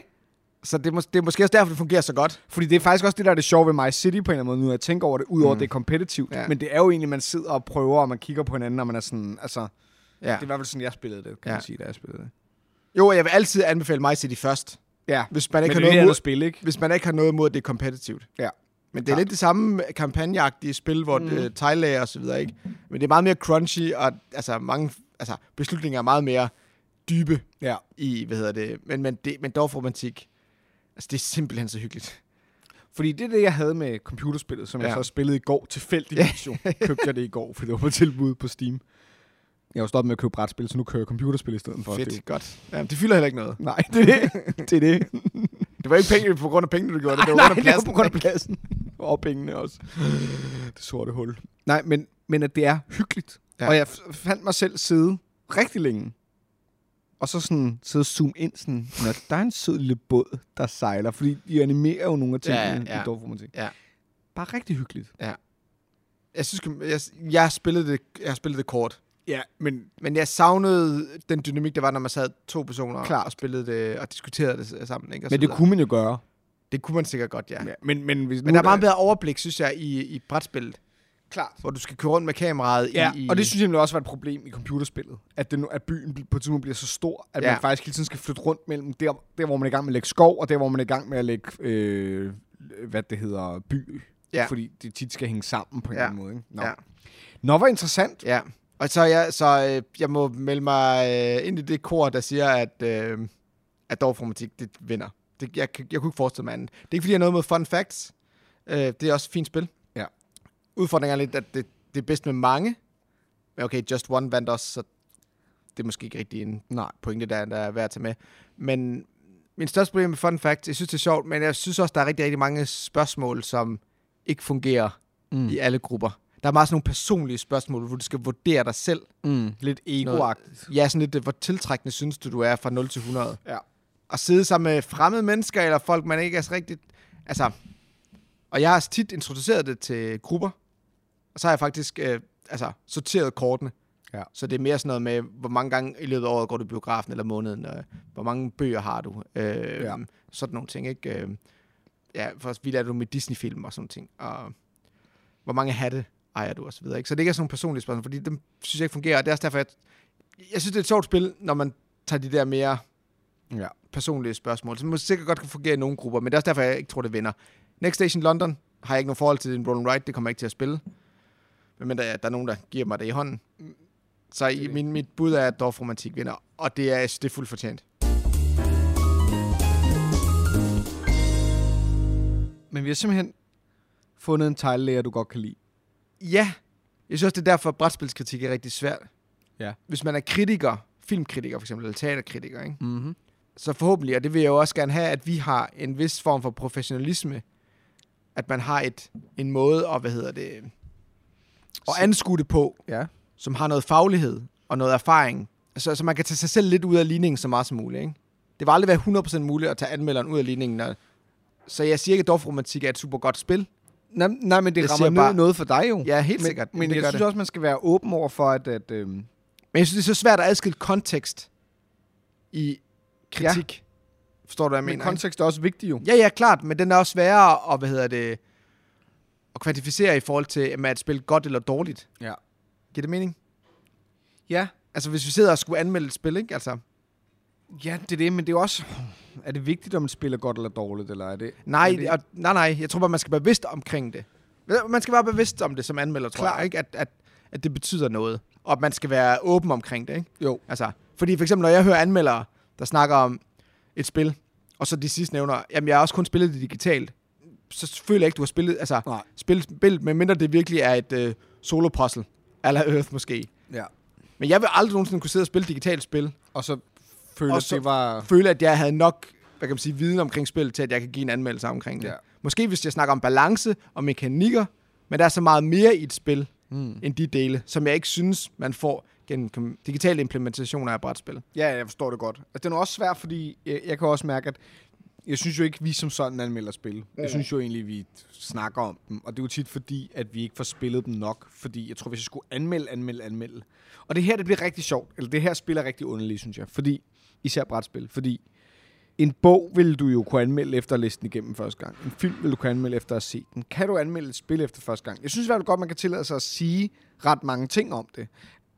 Speaker 1: Så det er, mås- det er måske også derfor, det fungerer så godt.
Speaker 2: Fordi det er faktisk også det, der er det sjove ved My City på en eller anden måde, nu når jeg tænker over det, udover mm. det er kompetitivt. Ja.
Speaker 1: Ja.
Speaker 2: Men det er jo egentlig, man sidder og prøver, og man kigger på hinanden, og man er sådan, altså, det
Speaker 1: Ja.
Speaker 2: er i hvert fald sådan, jeg spillede det, kan ja.
Speaker 1: Ja.
Speaker 2: man sige, da jeg spillede det.
Speaker 1: Jo, og jeg vil altid anbefale mig City først.
Speaker 2: Ja,
Speaker 1: Hvis man,
Speaker 2: men
Speaker 1: ikke har
Speaker 2: det er
Speaker 1: noget
Speaker 2: noget
Speaker 1: mod,
Speaker 2: spil, ikke?
Speaker 1: hvis man ikke har noget imod, at det er kompetitivt.
Speaker 2: Ja.
Speaker 1: Men det er
Speaker 2: Klart.
Speaker 1: lidt det samme kampagneagtige spil, hvor mm. uh, og så videre, ikke? Men det er meget mere crunchy, og altså, mange, altså, beslutninger er meget mere dybe
Speaker 2: Ja.
Speaker 1: i, hvad hedder det, men, men, det, men dog romantik. Altså, det er simpelthen så hyggeligt.
Speaker 2: Fordi det er det, jeg havde med computerspillet, som ja. jeg
Speaker 1: Ja.
Speaker 2: så spillede i går tilfældigvis jo. Købte jeg det i går, for det var på tilbud på Steam. Jeg har jo stoppet med at købe brætspil, så nu kører jeg computerspil i stedet for. Det er
Speaker 1: Fedt, godt. Jamen, det fylder heller ikke noget.
Speaker 2: jo- Nej, det er det. det, er det.
Speaker 1: Det var ikke penge på grund af pengene, du gjorde det. Det var
Speaker 2: nej,
Speaker 1: på grund af
Speaker 2: det var
Speaker 1: pladsen.
Speaker 2: på grund af pladsen. Og pengene også. Det sorte hul. Nej, men, men at det er hyggeligt. Ja.
Speaker 1: Ja.
Speaker 2: Og jeg f- fandt mig selv sidde rigtig længe. Og så sådan sidde og zoome ind sådan, når der er en sød lille båd, der sejler. Fordi de animerer jo nogle af tingene
Speaker 1: Ja,
Speaker 2: ja, ja.
Speaker 1: ja.
Speaker 2: i Dorfromantik.
Speaker 1: Ja.
Speaker 2: Bare rigtig hyggeligt.
Speaker 1: Jeg synes, jeg, jeg, spillede det, jeg spillede det kort.
Speaker 2: Ja, men
Speaker 1: Men jeg savnede den dynamik, der var, når man sad to personer
Speaker 2: Klart.
Speaker 1: og spillede det og diskuterede det s- sammen. Ikke? Og så
Speaker 2: Men det
Speaker 1: videre.
Speaker 2: kunne man jo gøre.
Speaker 1: det kunne man sikkert godt, ja.
Speaker 2: Men, men, hvis
Speaker 1: Men der er meget bedre overblik, synes jeg, i, i brætspillet.
Speaker 2: Klart.
Speaker 1: hvor du skal køre rundt med kameraet
Speaker 2: Ja,
Speaker 1: i, i...
Speaker 2: og det synes jeg nemlig også var et problem i computerspillet. At, det nu, at byen bl- på et tidspunkt bliver så stor, at ja.
Speaker 1: Ja.
Speaker 2: man faktisk hele tiden skal flytte rundt mellem der, der, hvor man er i gang med at lægge skov, og der, hvor man er i gang med at lægge, øh, hvad det hedder, by.
Speaker 1: Ja.
Speaker 2: Fordi det tit skal hænge sammen på en
Speaker 1: Ja.
Speaker 2: eller anden måde. Ikke? Nå.
Speaker 1: Ja.
Speaker 2: Nå, hvor interessant.
Speaker 1: Ja, og så, ja, så øh, jeg må melde mig øh, ind i det kor, der siger, at, øh, at dogformatik, det vinder. Det, jeg, kan- jeg kunne ikke forestille mig andet. Det er ikke, fordi jeg har noget med fun facts. Øh, det er også et fint spil.
Speaker 2: Ja.
Speaker 1: Udfordringen er lidt, at det, det er bedst med mange. Men okay, Just One vandt også, så det er måske ikke rigtig en
Speaker 2: Nej.
Speaker 1: pointe, der, der er værd at tage med. Men min største problem med fun facts, jeg synes, det er sjovt, men jeg synes også, der er rigtig, rigtig mange spørgsmål, som ikke fungerer
Speaker 2: Mm.
Speaker 1: mm. i alle grupper. Der er meget sådan nogle personlige spørgsmål, hvor du skal vurdere dig selv.
Speaker 2: Mm. Lidt egoagtigt.
Speaker 1: Ja, sådan lidt, øh, hvor tiltrækkende synes du, du er fra 0 til 100?
Speaker 2: Ja.
Speaker 1: At sidde sammen med fremmede mennesker, eller folk, man ikke er så rigtigt... Altså, og jeg har tit introduceret det til grupper, og så har jeg faktisk øh, altså, sorteret kortene.
Speaker 2: Ja.
Speaker 1: Så det er mere sådan noget med, hvor mange gange i løbet af året går du i biografen eller måneden, og hvor mange bøger har du, øh,
Speaker 2: Ja.
Speaker 1: ja. sådan nogle ting, ikke? Øh, ja, for vild er du med Disney-film og sådan nogle ting, og hvor mange hatte ejer du, og så videre, ikke? Så det ikke er sådan nogle personlige spørgsmål, fordi dem synes jeg ikke fungerer, og det er også derfor, jeg, jeg synes, det er et sjovt spil, når man tager de der mere
Speaker 2: Ja.
Speaker 1: personlige spørgsmål, som måske sikkert godt kan fungere i nogle grupper, men det er også derfor, jeg ikke tror, det vinder. Next Station London har jeg ikke nogen forhold til en roll and ride, det kommer jeg ikke til at spille. Men der, der er nogen, der giver mig det i hånden. Så i, min, mit bud er, at Dorf Romantik vinder, og det er, jeg synes, det er fuldt fortjent.
Speaker 2: Men vi har simpelthen fundet en tegllæger, du godt kan lide.
Speaker 1: Ja, jeg synes også, det er derfor, at brætspilskritik er rigtig svært.
Speaker 2: Ja.
Speaker 1: Hvis man er kritiker, filmkritiker for eksempel, eller teaterkritiker, ikke?
Speaker 2: Mm-hmm.
Speaker 1: så forhåbentlig, og det vil jeg jo også gerne have, at vi har en vis form for professionalisme, at man har et, en måde at, hvad hedder det, at anskue det på,
Speaker 2: Ja.
Speaker 1: som har noget faglighed og noget erfaring, så, så man kan tage sig selv lidt ud af ligningen så meget som muligt. Ikke? Det vil aldrig være 100% muligt at tage anmelderen ud af ligningen. Når... Så jeg siger ikke, at Dorfromantik er et super godt spil.
Speaker 2: Nej, nej, men det,
Speaker 1: Jeg
Speaker 2: det
Speaker 1: siger
Speaker 2: rammer bare...
Speaker 1: bare-
Speaker 2: noget for dig jo.
Speaker 1: Ja, helt
Speaker 2: men,
Speaker 1: sikkert.
Speaker 2: Men
Speaker 1: Jamen, det
Speaker 2: jeg
Speaker 1: gør
Speaker 2: synes
Speaker 1: det.
Speaker 2: også, man skal være åben over for, at... at øhm,
Speaker 1: Men jeg synes, det er så svært at adskille kontekst i kritik. Ja. Forstår du, hvad jeg
Speaker 2: men
Speaker 1: mener? ikke?
Speaker 2: kontekst er også vigtig jo.
Speaker 1: Ja, ja, klart, men den er også sværere at, hvad hedder det, at kvantificere i forhold til, om er et spil godt eller dårligt.
Speaker 2: Ja.
Speaker 1: Giver det mening?
Speaker 2: Ja,
Speaker 1: Altså, hvis vi sidder og skulle anmelde et spil, ikke? Altså,
Speaker 2: Ja, det er det, men det er jo også... Er det vigtigt, om man spiller godt eller dårligt, eller er det...
Speaker 1: nej,
Speaker 2: er det,
Speaker 1: og, nej, nej, jeg tror bare, man skal være bevidst omkring det. Man skal være bevidst om det som anmelder, tror
Speaker 2: Klart.
Speaker 1: jeg, ikke? At, at, at det betyder noget, og at man skal være åben omkring det, ikke?
Speaker 2: Jo.
Speaker 1: Altså, fordi for eksempel, når jeg hører anmeldere, der snakker om et spil, og så de sidst nævner, jamen jeg har også kun spillet det digitalt, så føler jeg ikke, du har spillet, altså,
Speaker 2: Nej.
Speaker 1: spillet spillet, medmindre det virkelig er et øh, solopuzzle, eller Earth måske.
Speaker 2: Ja.
Speaker 1: Men jeg vil aldrig nogensinde kunne sidde og spille et digitalt spil,
Speaker 2: Og så føler
Speaker 1: Og
Speaker 2: jeg,
Speaker 1: så-
Speaker 2: det var...
Speaker 1: føle, at jeg havde nok, hvad kan man sige, viden omkring spillet, til at jeg kan give en anmeldelse omkring det.
Speaker 2: Ja.
Speaker 1: Måske hvis jeg snakker om balance og mekanikker, men der er så meget mere i et spil,
Speaker 2: Mm.
Speaker 1: end de dele, som jeg ikke synes, man får gennem digitale implementationer af brætspil.
Speaker 2: Ja, jeg forstår det godt. Altså, det er nu også svært, fordi jeg, jeg kan også mærke, at jeg synes jo ikke, vi som sådan anmelder spil. Jeg synes jo egentlig, vi snakker om dem. Og det er jo tit fordi, at vi ikke får spillet dem nok. Fordi jeg tror, hvis jeg skulle anmelde, anmelde, anmelde. Og det her, det bliver rigtig sjovt. Eller det her spil er rigtig underligt, synes jeg. Fordi, især brætspil. Fordi en bog vil du jo kunne anmelde efter at læse den igennem første gang. En film vil du kunne anmelde efter at se den. Kan du anmelde et spil efter første gang? Jeg synes i hvert fald godt, man kan tillade sig at sige ret mange ting om det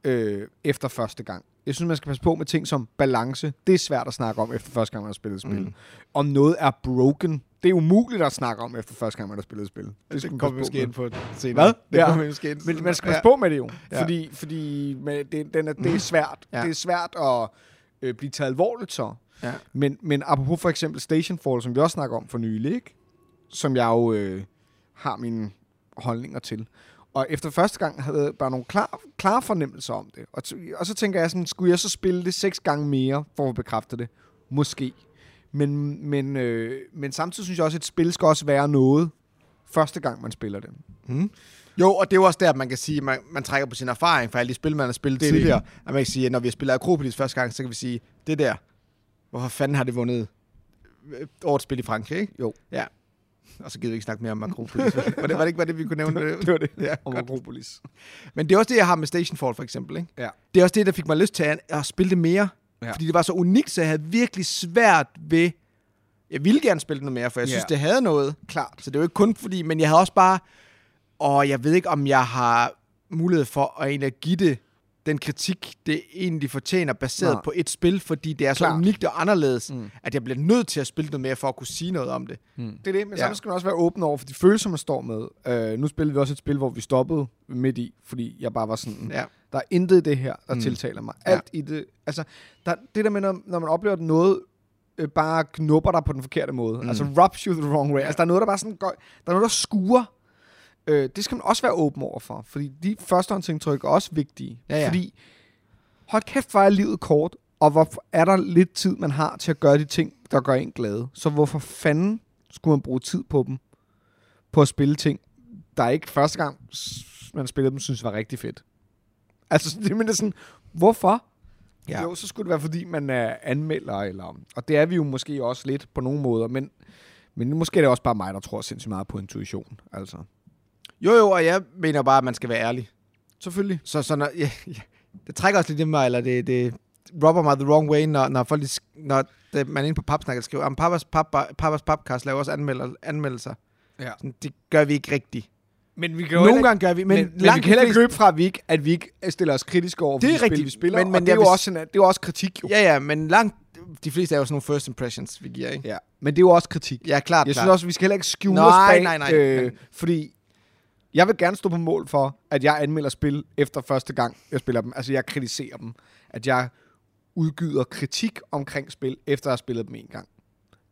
Speaker 2: øh, efter første gang. Jeg synes, man skal passe på med ting som balance. Det er svært at snakke om efter første gang, man har spillet et spil. Mm. Om noget er broken. Det er umuligt at snakke om efter første gang, man har spillet et spil. Det, skal man passe på med.
Speaker 1: på senere.
Speaker 2: Hvad?
Speaker 1: Det
Speaker 2: Ja.
Speaker 1: ja. kommer vi måske ind.
Speaker 2: Men man skal
Speaker 1: ja.
Speaker 2: passe på med det jo, ja.
Speaker 1: Ja. Mhm.
Speaker 2: fordi, fordi men det, den er, det er svært. ja.
Speaker 1: Ja.
Speaker 2: Det er svært at øh, blive taget alvorligt så.
Speaker 1: Ja.
Speaker 2: Men, men apropos for eksempel Stationfall, som vi også snakker om for nylig, ikke? som jeg jo øh, har mine holdninger til. Og efter første gang havde jeg bare nogle klare, klare fornemmelser om det. Og, t- og så tænker jeg sådan, skulle jeg så spille det seks gange mere, for at bekræfte det? Måske. Men, men, øh, men samtidig synes jeg også, at et spil skal også være noget, første gang man spiller det.
Speaker 1: Jo, og det er jo også der, at man kan sige, at man, man trækker på sin erfaring fra alle de spil, man har spillet
Speaker 2: Det er det.
Speaker 1: tidligere. At man kan sige, at når vi har spillet Akropolis første gang, så kan vi sige, det der, hvorfor fanden har det vundet øh, årets spil i Frankrig, ikke?
Speaker 2: Jo.
Speaker 1: Ja. Og så gider vi ikke snakke mere om Akropolis. var, det, var det ikke var det, vi kunne nævne?
Speaker 2: Det var det.
Speaker 1: Ja,
Speaker 2: Om
Speaker 1: godt.
Speaker 2: Akropolis.
Speaker 1: Men det er også det, jeg har med Stationfall for eksempel, ikke?
Speaker 2: Ja.
Speaker 1: Det er også det, der fik mig lyst til at, at spille det mere.
Speaker 2: Ja.
Speaker 1: Ja. Fordi det var så unikt, så jeg havde virkelig svært ved... Jeg ville gerne spille det noget mere, for jeg
Speaker 2: Ja.
Speaker 1: synes, det havde noget.
Speaker 2: Klart.
Speaker 1: Så det var ikke kun fordi, men jeg havde også bare Og jeg ved ikke, om jeg har mulighed for at egentlig give det den kritik, det egentlig fortjener, baseret
Speaker 2: Nej.
Speaker 1: Nej. på et spil, fordi det er Klart. så
Speaker 2: Klart.
Speaker 1: unikt og anderledes, mm. at jeg bliver nødt til at spille noget mere for at kunne sige noget om det.
Speaker 2: Det er det, men
Speaker 1: Ja.
Speaker 2: ja. samtidig skal man også være åben over for de følelser, man står med. Øh, nu spillede vi også et spil, hvor vi stoppede midt i, fordi jeg bare var sådan,
Speaker 1: Ja.
Speaker 2: der er intet i det her, der mm. tiltaler mig. Alt ja. i det, altså, der, det der med, når, når man oplever, at noget øh, bare knupper dig på den forkerte måde, mm. altså rubs you the wrong way, altså der er noget, der bare sådan går, der er noget, der skuer, øh, det skal man også være åben over for, fordi de førstehåndsindtryk er også vigtige,
Speaker 1: Ja, ja.
Speaker 2: fordi hold kæft, hvor er livet kort, og hvor er der lidt tid, man har til at gøre de ting, der gør en glad. Så hvorfor fanden skulle man bruge tid på dem, på at spille ting, der ikke første gang, s- man spillede dem, synes var rigtig fedt? Altså, det men det er sådan, hvorfor?
Speaker 1: Ja.
Speaker 2: Ja. Jo, så skulle det være, fordi man er anmelder, eller, og det er vi jo måske også lidt på nogle måder, men, men måske er det også bare mig, der tror sindssygt meget på intuition. Altså.
Speaker 1: Jo, jo, og jeg mener bare, at man skal være ærlig.
Speaker 2: Selvfølgelig.
Speaker 1: Så, så når, ja, ja, det trækker også lidt i mig, eller det, det robber mig the wrong way, når, når, folk, lige sk- når det, man inde på papsnakket skriver, at papas, papa, papas papkast laver også anmelder, anmeldelser.
Speaker 2: Ja.
Speaker 1: Sådan, Det gør vi ikke rigtigt.
Speaker 2: Men vi kan
Speaker 1: Nogle gange gør vi, men,
Speaker 2: Men, men, men vi kan heller ikke
Speaker 1: de
Speaker 2: løbe fra, at vi ikke, at vi ikke stiller os kritiske over for
Speaker 1: Det er
Speaker 2: de spil,
Speaker 1: rigtigt,
Speaker 2: vi spiller.
Speaker 1: men-
Speaker 2: Men,
Speaker 1: men
Speaker 2: men det,
Speaker 1: jeg
Speaker 2: er jo
Speaker 1: vil s-
Speaker 2: også en, det er jo også kritik, jo.
Speaker 1: fleste- Ja, ja, men langt de fleste er jo sådan nogle first impressions, vi giver, ikke?
Speaker 2: ja. Men det er jo også kritik.
Speaker 1: Ja, klart,
Speaker 2: Jeg
Speaker 1: klart.
Speaker 2: synes også, vi skal heller ikke skjule
Speaker 1: Nej,
Speaker 2: os bag,
Speaker 1: nej, nej.
Speaker 2: Øh,
Speaker 1: Men-
Speaker 2: fordi jeg vil gerne stå på mål for, at jeg anmelder spil efter første gang, jeg spiller dem. Altså, jeg kritiserer dem. At jeg udgyder kritik omkring spil, efter jeg har spillet dem en gang.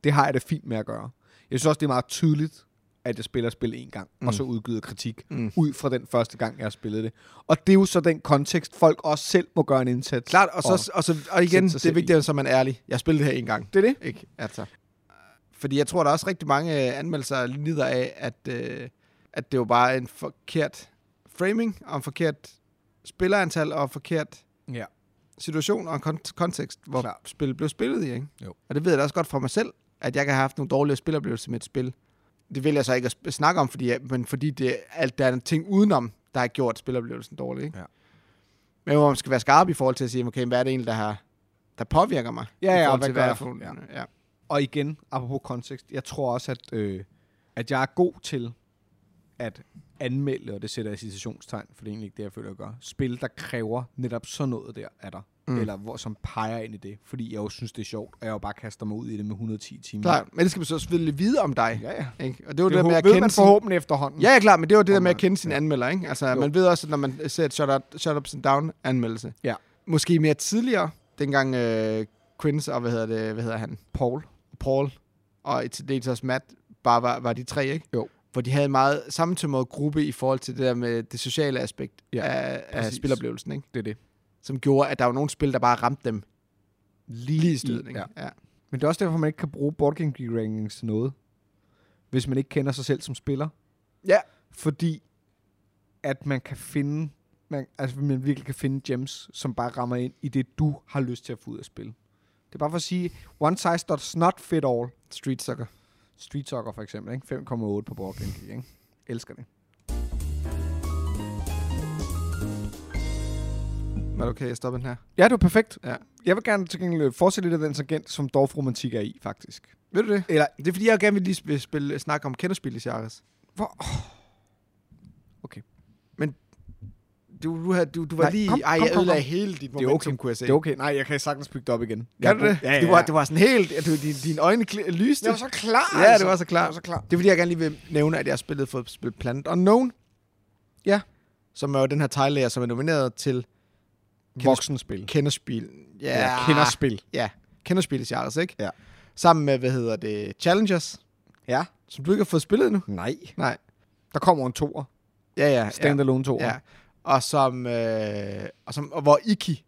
Speaker 2: Det har jeg det fint med at gøre. Jeg synes også, det er meget tydeligt, at jeg spiller spil en gang, mm. og så udgyder kritik mm. ud fra den første gang, jeg har spillet det. Og det er jo så den kontekst, folk også selv må gøre en indsats.
Speaker 1: Klart, og, så, og, så, og igen,
Speaker 2: sætte sig
Speaker 1: det er
Speaker 2: selv
Speaker 1: vigtigt, at man er ærlig. Jeg spillede det her en gang.
Speaker 2: Det er det.
Speaker 1: Ikke? Altså. Fordi jeg tror, der er også rigtig mange øh, anmeldelser lider af, at, øh, at det jo bare er en forkert framing, og en forkert spillerantal, og en forkert
Speaker 2: Ja.
Speaker 1: situation og en kont- kontekst, hvor
Speaker 2: Klart.
Speaker 1: spillet blev spillet i. Ikke?
Speaker 2: Jo.
Speaker 1: Og det ved jeg da også godt fra mig selv, at jeg kan have haft nogle dårlige spiloplevelser med et spil. Det vil jeg så ikke at sp- snakke om, fordi, jeg, men fordi det, alt der er en ting udenom, der har gjort spiloplevelsen dårlig. Ikke?
Speaker 2: Ja.
Speaker 1: Men hvor man skal være skarp i forhold til at sige, okay, hvad er det egentlig, der, har, der påvirker mig?
Speaker 2: Ja, ja,
Speaker 1: i
Speaker 2: og
Speaker 1: forhold
Speaker 2: hvad
Speaker 1: til,
Speaker 2: gør
Speaker 1: jeg
Speaker 2: jeg?
Speaker 1: for, ja. ja.
Speaker 2: Og igen, apropos kontekst, jeg tror også, at, øh, at jeg er god til at anmelde, og det sætter jeg i citationstegn, for det er egentlig ikke det, jeg føler, jeg gør. Spil, der kræver netop sådan noget der af dig. Mm. Eller hvor, som peger ind i det. Fordi jeg jo synes, det er sjovt, og jeg jo bare kaster mig ud i det med 110 timer.
Speaker 1: Klar, men det skal man så selvfølgelig vide om dig.
Speaker 2: Ja, ja.
Speaker 1: Ikke? Og det var det, det
Speaker 2: Det
Speaker 1: der med
Speaker 2: ved
Speaker 1: at kende
Speaker 2: man
Speaker 1: sin-
Speaker 2: forhåbentlig efterhånden.
Speaker 1: Ja, ja, klar, men det var det der med at
Speaker 2: man-
Speaker 1: kende sin anmelder, ikke? Altså, jo. man ved også, at når man ser et shut, up, shut ups and down anmeldelse.
Speaker 2: Ja.
Speaker 1: Måske mere tidligere, dengang øh, Quinns og, hvad hedder, det, hvad hedder han?
Speaker 2: Paul.
Speaker 1: Paul og til dels også Matt, bare var, var de tre, ikke?
Speaker 2: Jo.
Speaker 1: Hvor de havde en meget sammentømret gruppe i forhold til det der med det sociale aspekt
Speaker 2: Ja,
Speaker 1: ja, af, af
Speaker 2: præcis.
Speaker 1: spiloplevelsen, ikke?
Speaker 2: Det er det.
Speaker 1: Som gjorde, at der var nogle spil, der bare ramte dem
Speaker 2: Lige,
Speaker 1: lige i stedet, ikke?
Speaker 2: Ja.
Speaker 1: Ja.
Speaker 2: Men det er også derfor, man ikke kan bruge Board Game Geek Rankings til noget, hvis man ikke kender sig selv som spiller.
Speaker 1: Ja.
Speaker 2: Fordi at man kan finde, man, altså man virkelig kan finde gems, som bare rammer ind i det, du har lyst til at få ud af spil. Det er bare for at sige, one size does not fit all.
Speaker 1: Street Sucker.
Speaker 2: Street Soccer for eksempel, ikke? 5,8 på Board Game Geek, ikke? Elsker det.
Speaker 1: Var det okay, jeg stopper den her?
Speaker 2: Ja, det var perfekt.
Speaker 1: Ja.
Speaker 2: Jeg vil gerne til gengæld øh, fortsætte lidt af den tangent, som Dorf Romantik er i, faktisk.
Speaker 1: Ved du det?
Speaker 2: Eller,
Speaker 1: Det er fordi, jeg gerne vil lige spille, spille, snakke om kenderspil i Charis.
Speaker 2: hvor...
Speaker 1: Du, du, havde, du, du var
Speaker 2: Nej,
Speaker 1: lige...
Speaker 2: kom,
Speaker 1: ej,
Speaker 2: kom,
Speaker 1: jeg
Speaker 2: kom,
Speaker 1: ødelagde
Speaker 2: kom.
Speaker 1: hele dit
Speaker 2: er
Speaker 1: momentum,
Speaker 2: okay.
Speaker 1: kunne jeg se.
Speaker 2: Det er okay. Nej, jeg kan sagtens bygge det op igen.
Speaker 1: Kan du det?
Speaker 2: Ja, ja,
Speaker 1: Det, var,
Speaker 2: ja.
Speaker 1: det var sådan helt... Du, din, dine øjne kli- lyste.
Speaker 2: Jeg var så klar,
Speaker 1: Ja,
Speaker 2: altså.
Speaker 1: det var så klar.
Speaker 2: Jeg var så klar.
Speaker 1: Det er fordi, jeg gerne lige vil nævne, at jeg har spillet for spillet Planet Unknown.
Speaker 2: Ja.
Speaker 1: Som er jo den her teglærer, som er nomineret til
Speaker 2: Voksenspil.
Speaker 1: Kenderspil. Ja,
Speaker 2: Kenderspil.
Speaker 1: Ja, Kenderspil i Charis, ikke?
Speaker 2: Ja.
Speaker 1: Sammen med, hvad hedder det, Challengers,
Speaker 2: Ja.
Speaker 1: som du ikke har fået spillet endnu.
Speaker 2: Nej.
Speaker 1: Nej.
Speaker 2: Der kommer en toer.
Speaker 1: Ja, ja. ja.
Speaker 2: Standalone toer.
Speaker 1: Ja. Og som, øh, og som og hvor Iki,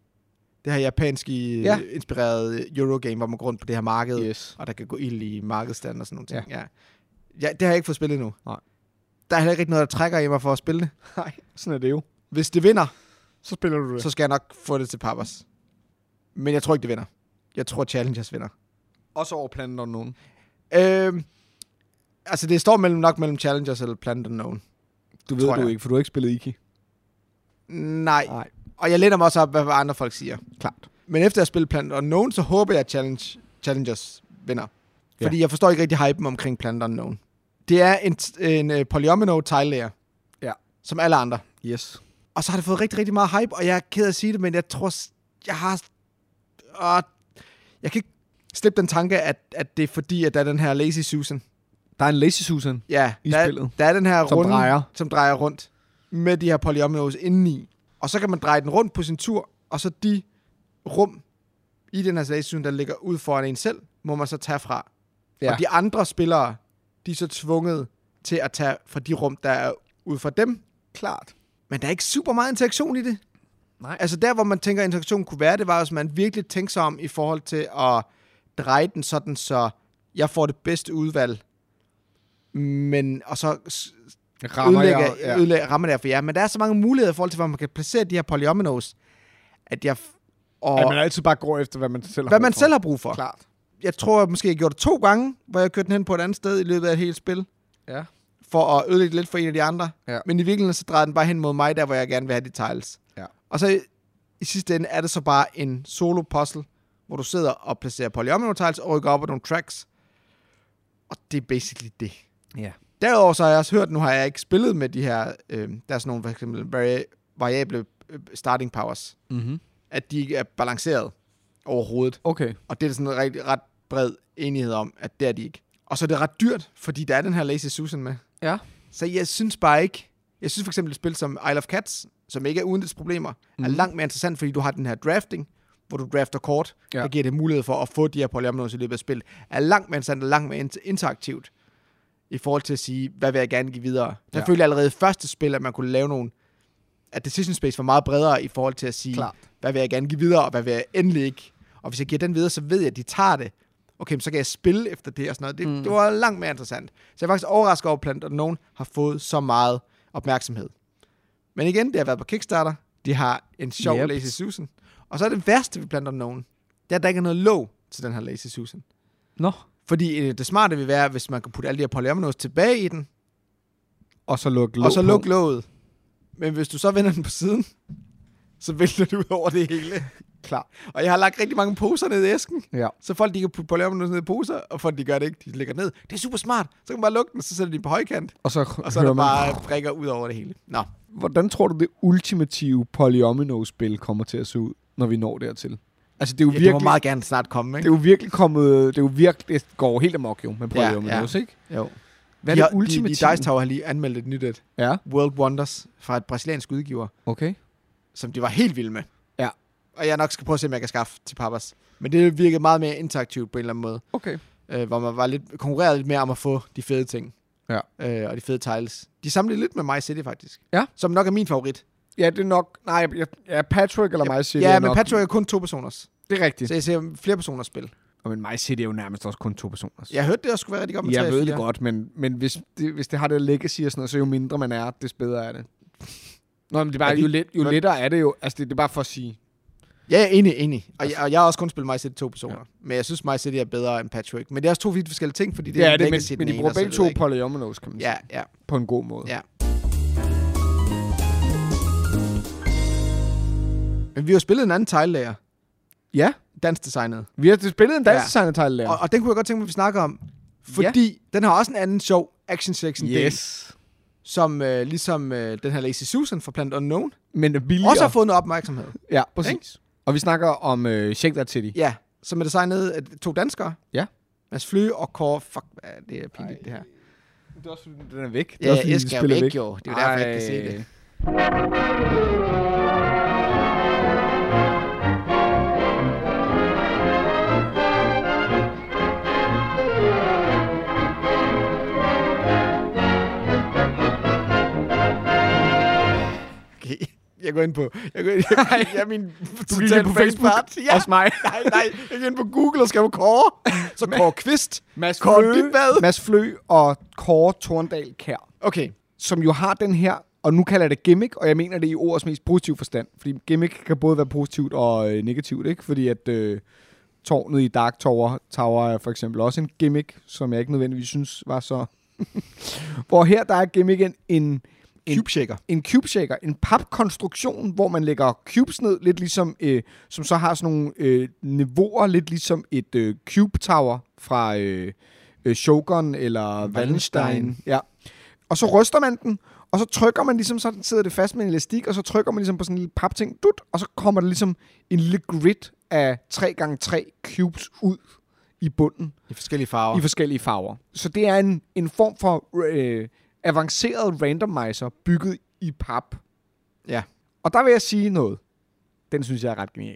Speaker 1: det her japanske
Speaker 2: Ja.
Speaker 1: ja. inspirerede Eurogame, hvor man går rundt på det her marked,
Speaker 2: Yes.
Speaker 1: og der kan gå ild i markedsstand og sådan nogle ting. Ja. Ja. ja. det har jeg ikke fået spillet endnu.
Speaker 2: Nej.
Speaker 1: Der er heller ikke rigtig noget, der trækker i mig for at spille det.
Speaker 2: Nej, sådan er det jo.
Speaker 1: Hvis det vinder,
Speaker 2: Så spiller du det. Så,
Speaker 1: så skal jeg nok få det til Papas. Men jeg tror ikke, det vinder. Jeg tror, Challengers vinder.
Speaker 2: også over Planet Unknown.
Speaker 1: Øhm, altså, det står mellem, nok mellem Challengers eller Planet Unknown.
Speaker 2: Du
Speaker 1: Tror
Speaker 2: ved du
Speaker 1: jeg.
Speaker 2: ikke, for du har ikke spillet Iki.
Speaker 1: Nej. Nej. Og jeg læner mig også op, hvad hvad andre folk siger.
Speaker 2: klart.
Speaker 1: Men efter at spille Planet Unknown, så håber jeg, at Challenge, Challengers vinder.
Speaker 2: Ja.
Speaker 1: Fordi jeg forstår ikke rigtig hypen omkring Planet Unknown. Det er en, t- en uh, polyomino teglærer.
Speaker 2: Ja.
Speaker 1: øh, som alle andre.
Speaker 2: Yes.
Speaker 1: Og så har det fået rigtig, rigtig meget hype, og jeg er ked af at sige det, men jeg tror, s- jeg har... Og jeg kan ikke slippe den tanke, at, at det er fordi, at der er den her Lazy Susan.
Speaker 2: Der er en Lazy Susan.
Speaker 1: Ja,
Speaker 2: I
Speaker 1: der, er-
Speaker 2: spillet.
Speaker 1: der er den her
Speaker 2: Som
Speaker 1: runde,
Speaker 2: drejer.
Speaker 1: som drejer rundt med de her polyominoes indeni. Og så kan man dreje den rundt på sin tur, og så de rum i den her slagsyn, der ligger ud foran en selv, må man så tage fra.
Speaker 2: Ja.
Speaker 1: Og de andre spillere, de er så tvunget til at tage fra de rum, der er ud for dem.
Speaker 2: Klart.
Speaker 1: Men der er ikke super meget interaktion i det.
Speaker 2: Nej.
Speaker 1: Altså der, hvor man tænker, at interaktion kunne være, det var, hvis man virkelig tænkte sig om i forhold til at dreje den sådan, så jeg får det bedste udvalg. Men, og så s-
Speaker 2: Rammer
Speaker 1: ødelægger,
Speaker 2: jeg, ja.
Speaker 1: ødelægger, rammer der for jer. Men der er så mange muligheder i forhold til, hvor man kan placere de her polyominoes, at jeg... f- Og
Speaker 2: At man altid bare går efter, hvad man selv
Speaker 1: hvad
Speaker 2: har brug
Speaker 1: man
Speaker 2: altså, for.
Speaker 1: selv har brug for.
Speaker 2: Klart.
Speaker 1: Jeg tror, jeg måske jeg gjorde det to gange, hvor jeg kørte den hen på et andet sted i løbet af et helt spil,
Speaker 2: Ja.
Speaker 1: for at ødelægge lidt for en af de andre.
Speaker 2: Ja.
Speaker 1: Men i virkeligheden, så drejede den bare hen mod mig, der hvor jeg gerne vil have de tiles.
Speaker 2: Ja.
Speaker 1: Og så i, i sidste ende er det så bare en solo puzzle, hvor du sidder og placerer polyomino tiles og rykker op ad nogle tracks. Og det er basically det.
Speaker 2: Ja.
Speaker 1: Derudover så har jeg også hørt, nu har jeg ikke spillet med de her, øh, der er sådan nogle for eksempel vari- variable øh, starting powers,
Speaker 2: Mm-hmm.
Speaker 1: at de ikke er balanceret overhovedet.
Speaker 2: Okay.
Speaker 1: Og det er der sådan en rigtig, ret bred enighed om, at det er de ikke. Og så er det ret dyrt, fordi der er den her Lazy Susan med.
Speaker 2: Ja.
Speaker 1: Så jeg synes bare ikke... Jeg synes for eksempel et spil som Isle of Cats, som ikke er uden dets problemer, mm. er
Speaker 2: Mhm.
Speaker 1: langt mere interessant, fordi du har den her drafting, hvor du drafter kort,
Speaker 2: Ja.
Speaker 1: ja. der giver det mulighed for at få de her polyominoes i løbet af spillet, er langt mere interessant og langt mere inter- interaktivt i forhold til at sige, hvad vil jeg gerne give videre. Der
Speaker 2: Ja.
Speaker 1: ja. følte jeg allerede i første spil, at man kunne lave nogle, at decision space var meget bredere i forhold til at sige,
Speaker 2: Klart.
Speaker 1: hvad vil jeg gerne give videre, og hvad vil jeg endelig ikke. Og hvis jeg giver den videre, så ved jeg, at de tager det. Okay, men så kan jeg spille efter det og sådan noget. Det, mm. det var langt mere interessant. Så jeg er faktisk overrasket over, blandt, at nogen har fået så meget opmærksomhed. Men igen, det har været på Kickstarter. De har en sjov
Speaker 2: Yep.
Speaker 1: yep. Lazy Susan. Og så er det værste ved blandt nogen, det er, at der ikke er noget låg til den her Lazy Susan.
Speaker 2: Nå.
Speaker 1: Fordi øh, det smarte vil være, hvis man kan putte alle de her polyominoes tilbage i den,
Speaker 2: Og så luk låg
Speaker 1: og så
Speaker 2: på.
Speaker 1: luk låget. Men hvis du så vender den på siden, så vælter du ud over det hele.
Speaker 2: Klar.
Speaker 1: Og jeg har lagt rigtig mange poser ned i æsken.
Speaker 2: Ja.
Speaker 1: Så folk, de kan putte polyominoes ned i poser, og folk, de gør det ikke. De lægger ned. Det er super smart. Så kan man bare lukke den, så sætter de den på højkant.
Speaker 2: Og så,
Speaker 1: Og så er
Speaker 2: hører
Speaker 1: der
Speaker 2: man,
Speaker 1: bare prikker ud over det hele. Nå.
Speaker 2: hvordan tror du, det ultimative polyomino-spil kommer til at se ud, når vi når dertil? Altså, det er
Speaker 1: Ja,
Speaker 2: jo virkelig...
Speaker 1: det må meget gerne snart komme,
Speaker 2: det
Speaker 1: ikke?
Speaker 2: er jo virkelig kommet... Det er jo virkelig... Det går helt amok jo med
Speaker 1: Ja,
Speaker 2: polyominoes, ja, ja. ikke?
Speaker 1: Jo.
Speaker 2: Hvad er
Speaker 1: de,
Speaker 2: det
Speaker 1: har-
Speaker 2: ultimative?
Speaker 1: De, de Dice Tower har lige anmeldt et nyt et.
Speaker 2: Ja,
Speaker 1: World Wonders fra et brasiliansk udgiver,
Speaker 2: okay.
Speaker 1: som de var helt vilde med.
Speaker 2: Ja.
Speaker 1: Og jeg nok skal prøve at se, om jeg kan skaffe til Papas. Men det virkede meget mere interaktivt på en eller anden måde.
Speaker 2: Okay.
Speaker 1: øh, hvor man var lidt, konkurrerede lidt mere om at få de fede ting.
Speaker 2: Ja.
Speaker 1: Øh, og de fede tiles. De samlede lidt med My City, faktisk.
Speaker 2: Ja.
Speaker 1: Som nok er min favorit.
Speaker 2: Ja, det er nok... Nej, jeg, ja, Patrick eller mig siger
Speaker 1: ja,
Speaker 2: er
Speaker 1: men
Speaker 2: nok,
Speaker 1: Patrick er kun to personers.
Speaker 2: Det er rigtigt.
Speaker 1: Så jeg ser flere personers spil.
Speaker 2: Og men mig City er jo nærmest også kun to personer.
Speaker 1: Jeg hørte det også skulle være rigtig godt med
Speaker 2: jeg
Speaker 1: tre og
Speaker 2: ved det
Speaker 1: fire.
Speaker 2: godt, men, men hvis, det, hvis det har det legacy og sådan noget, så jo mindre man er, des bedre er det. Nå, men det er bare,
Speaker 1: Er
Speaker 2: er
Speaker 1: de-
Speaker 2: jo, let, jo
Speaker 1: Nå.
Speaker 2: lettere er det jo. Altså, det, det er bare for at sige.
Speaker 1: Ja, jeg er enig, enig. Og, jeg, og jeg har også kun spillet My City to personer. Altså- Ja. Men jeg synes, My City er bedre end Patrick. Men det er også to vidt forskellige ting, fordi det
Speaker 2: Det
Speaker 1: er
Speaker 2: ja, det, men,
Speaker 1: legacy, den
Speaker 2: men de
Speaker 1: ene,
Speaker 2: bruger
Speaker 1: og så
Speaker 2: begge
Speaker 1: det
Speaker 2: to
Speaker 1: der, ikke?
Speaker 2: polyominoes, kan man sige,
Speaker 1: Ja, ja.
Speaker 2: på en god måde.
Speaker 1: Ja. Men vi har jo spillet en anden teglærer,
Speaker 2: ja.
Speaker 1: dansdesignet.
Speaker 2: Vi har spillet en dansk ja.
Speaker 1: Og, og den kunne jeg godt tænke mig, at vi snakker om.
Speaker 2: Ja.
Speaker 1: Fordi ja. den har også en anden sjov action section del,
Speaker 2: Yes.
Speaker 1: som øh, ligesom øh, den her Lazy Susan fra Planet Unknown,
Speaker 2: Men er
Speaker 1: ja.
Speaker 2: billigere.
Speaker 1: også har fået noget opmærksomhed.
Speaker 2: Ja, præcis. Og vi snakker om øh, Shake That City.
Speaker 1: Ja, som er designet af to danskere.
Speaker 2: Ja.
Speaker 1: Mads Flø og Kåre... Fuck, hvad er det er pinligt, det her.
Speaker 2: Det er også fordi, den er væk. Det
Speaker 1: Ja,
Speaker 2: er også, fordi,
Speaker 1: jeg
Speaker 2: den
Speaker 1: skal jo
Speaker 2: spiller
Speaker 1: væk, jo. Det er jo derfor, jeg ikke kan se
Speaker 2: Ej.
Speaker 1: det. Okay. Jeg går ind på... Jeg går ind, jeg, jeg, er min
Speaker 2: Du gik lige på Facebook.
Speaker 1: Ja.
Speaker 2: Også mig.
Speaker 1: Nej, nej. Jeg gik ind på Google og skrev Kåre. Så Kåre Kvist.
Speaker 2: Mads
Speaker 1: Kåre
Speaker 2: Flø,
Speaker 1: Dybvad.
Speaker 2: Mads Flø og Kåre Torndal Kær,
Speaker 1: Okay.
Speaker 2: som jo har den her, og nu kalder jeg det gimmick, og jeg mener det i ordets mest positive forstand. Fordi gimmick kan både være positivt og øh, negativt, ikke? Fordi at øh, tårnet i Dark Tower, Tower er for eksempel også en gimmick, som jeg ikke nødvendigvis synes var så... Hvor her, der er gimmicken en, en
Speaker 1: Cube Shaker.
Speaker 2: en cube shaker, en papkonstruktion, hvor man lægger cubes ned, lidt ligesom, øh, som så har sådan nogle øh, niveauer, lidt ligesom et øh, cube tower fra øh, øh, Shogun eller Wallenstein.
Speaker 1: Wallenstein.
Speaker 2: Ja. Og så ryster man den, Og så trykker man ligesom, sådan sidder det fast med en elastik, og så trykker man ligesom på sådan en lille papting, dut, og så kommer der ligesom en lille grid af 3x3 cubes ud i bunden
Speaker 1: I forskellige
Speaker 2: i
Speaker 1: farver.
Speaker 2: forskellige farver. Så det er en, en form for øh, avanceret randomizer bygget i pap.
Speaker 1: Ja.
Speaker 2: Og der vil jeg sige noget. Den synes jeg er ret genial.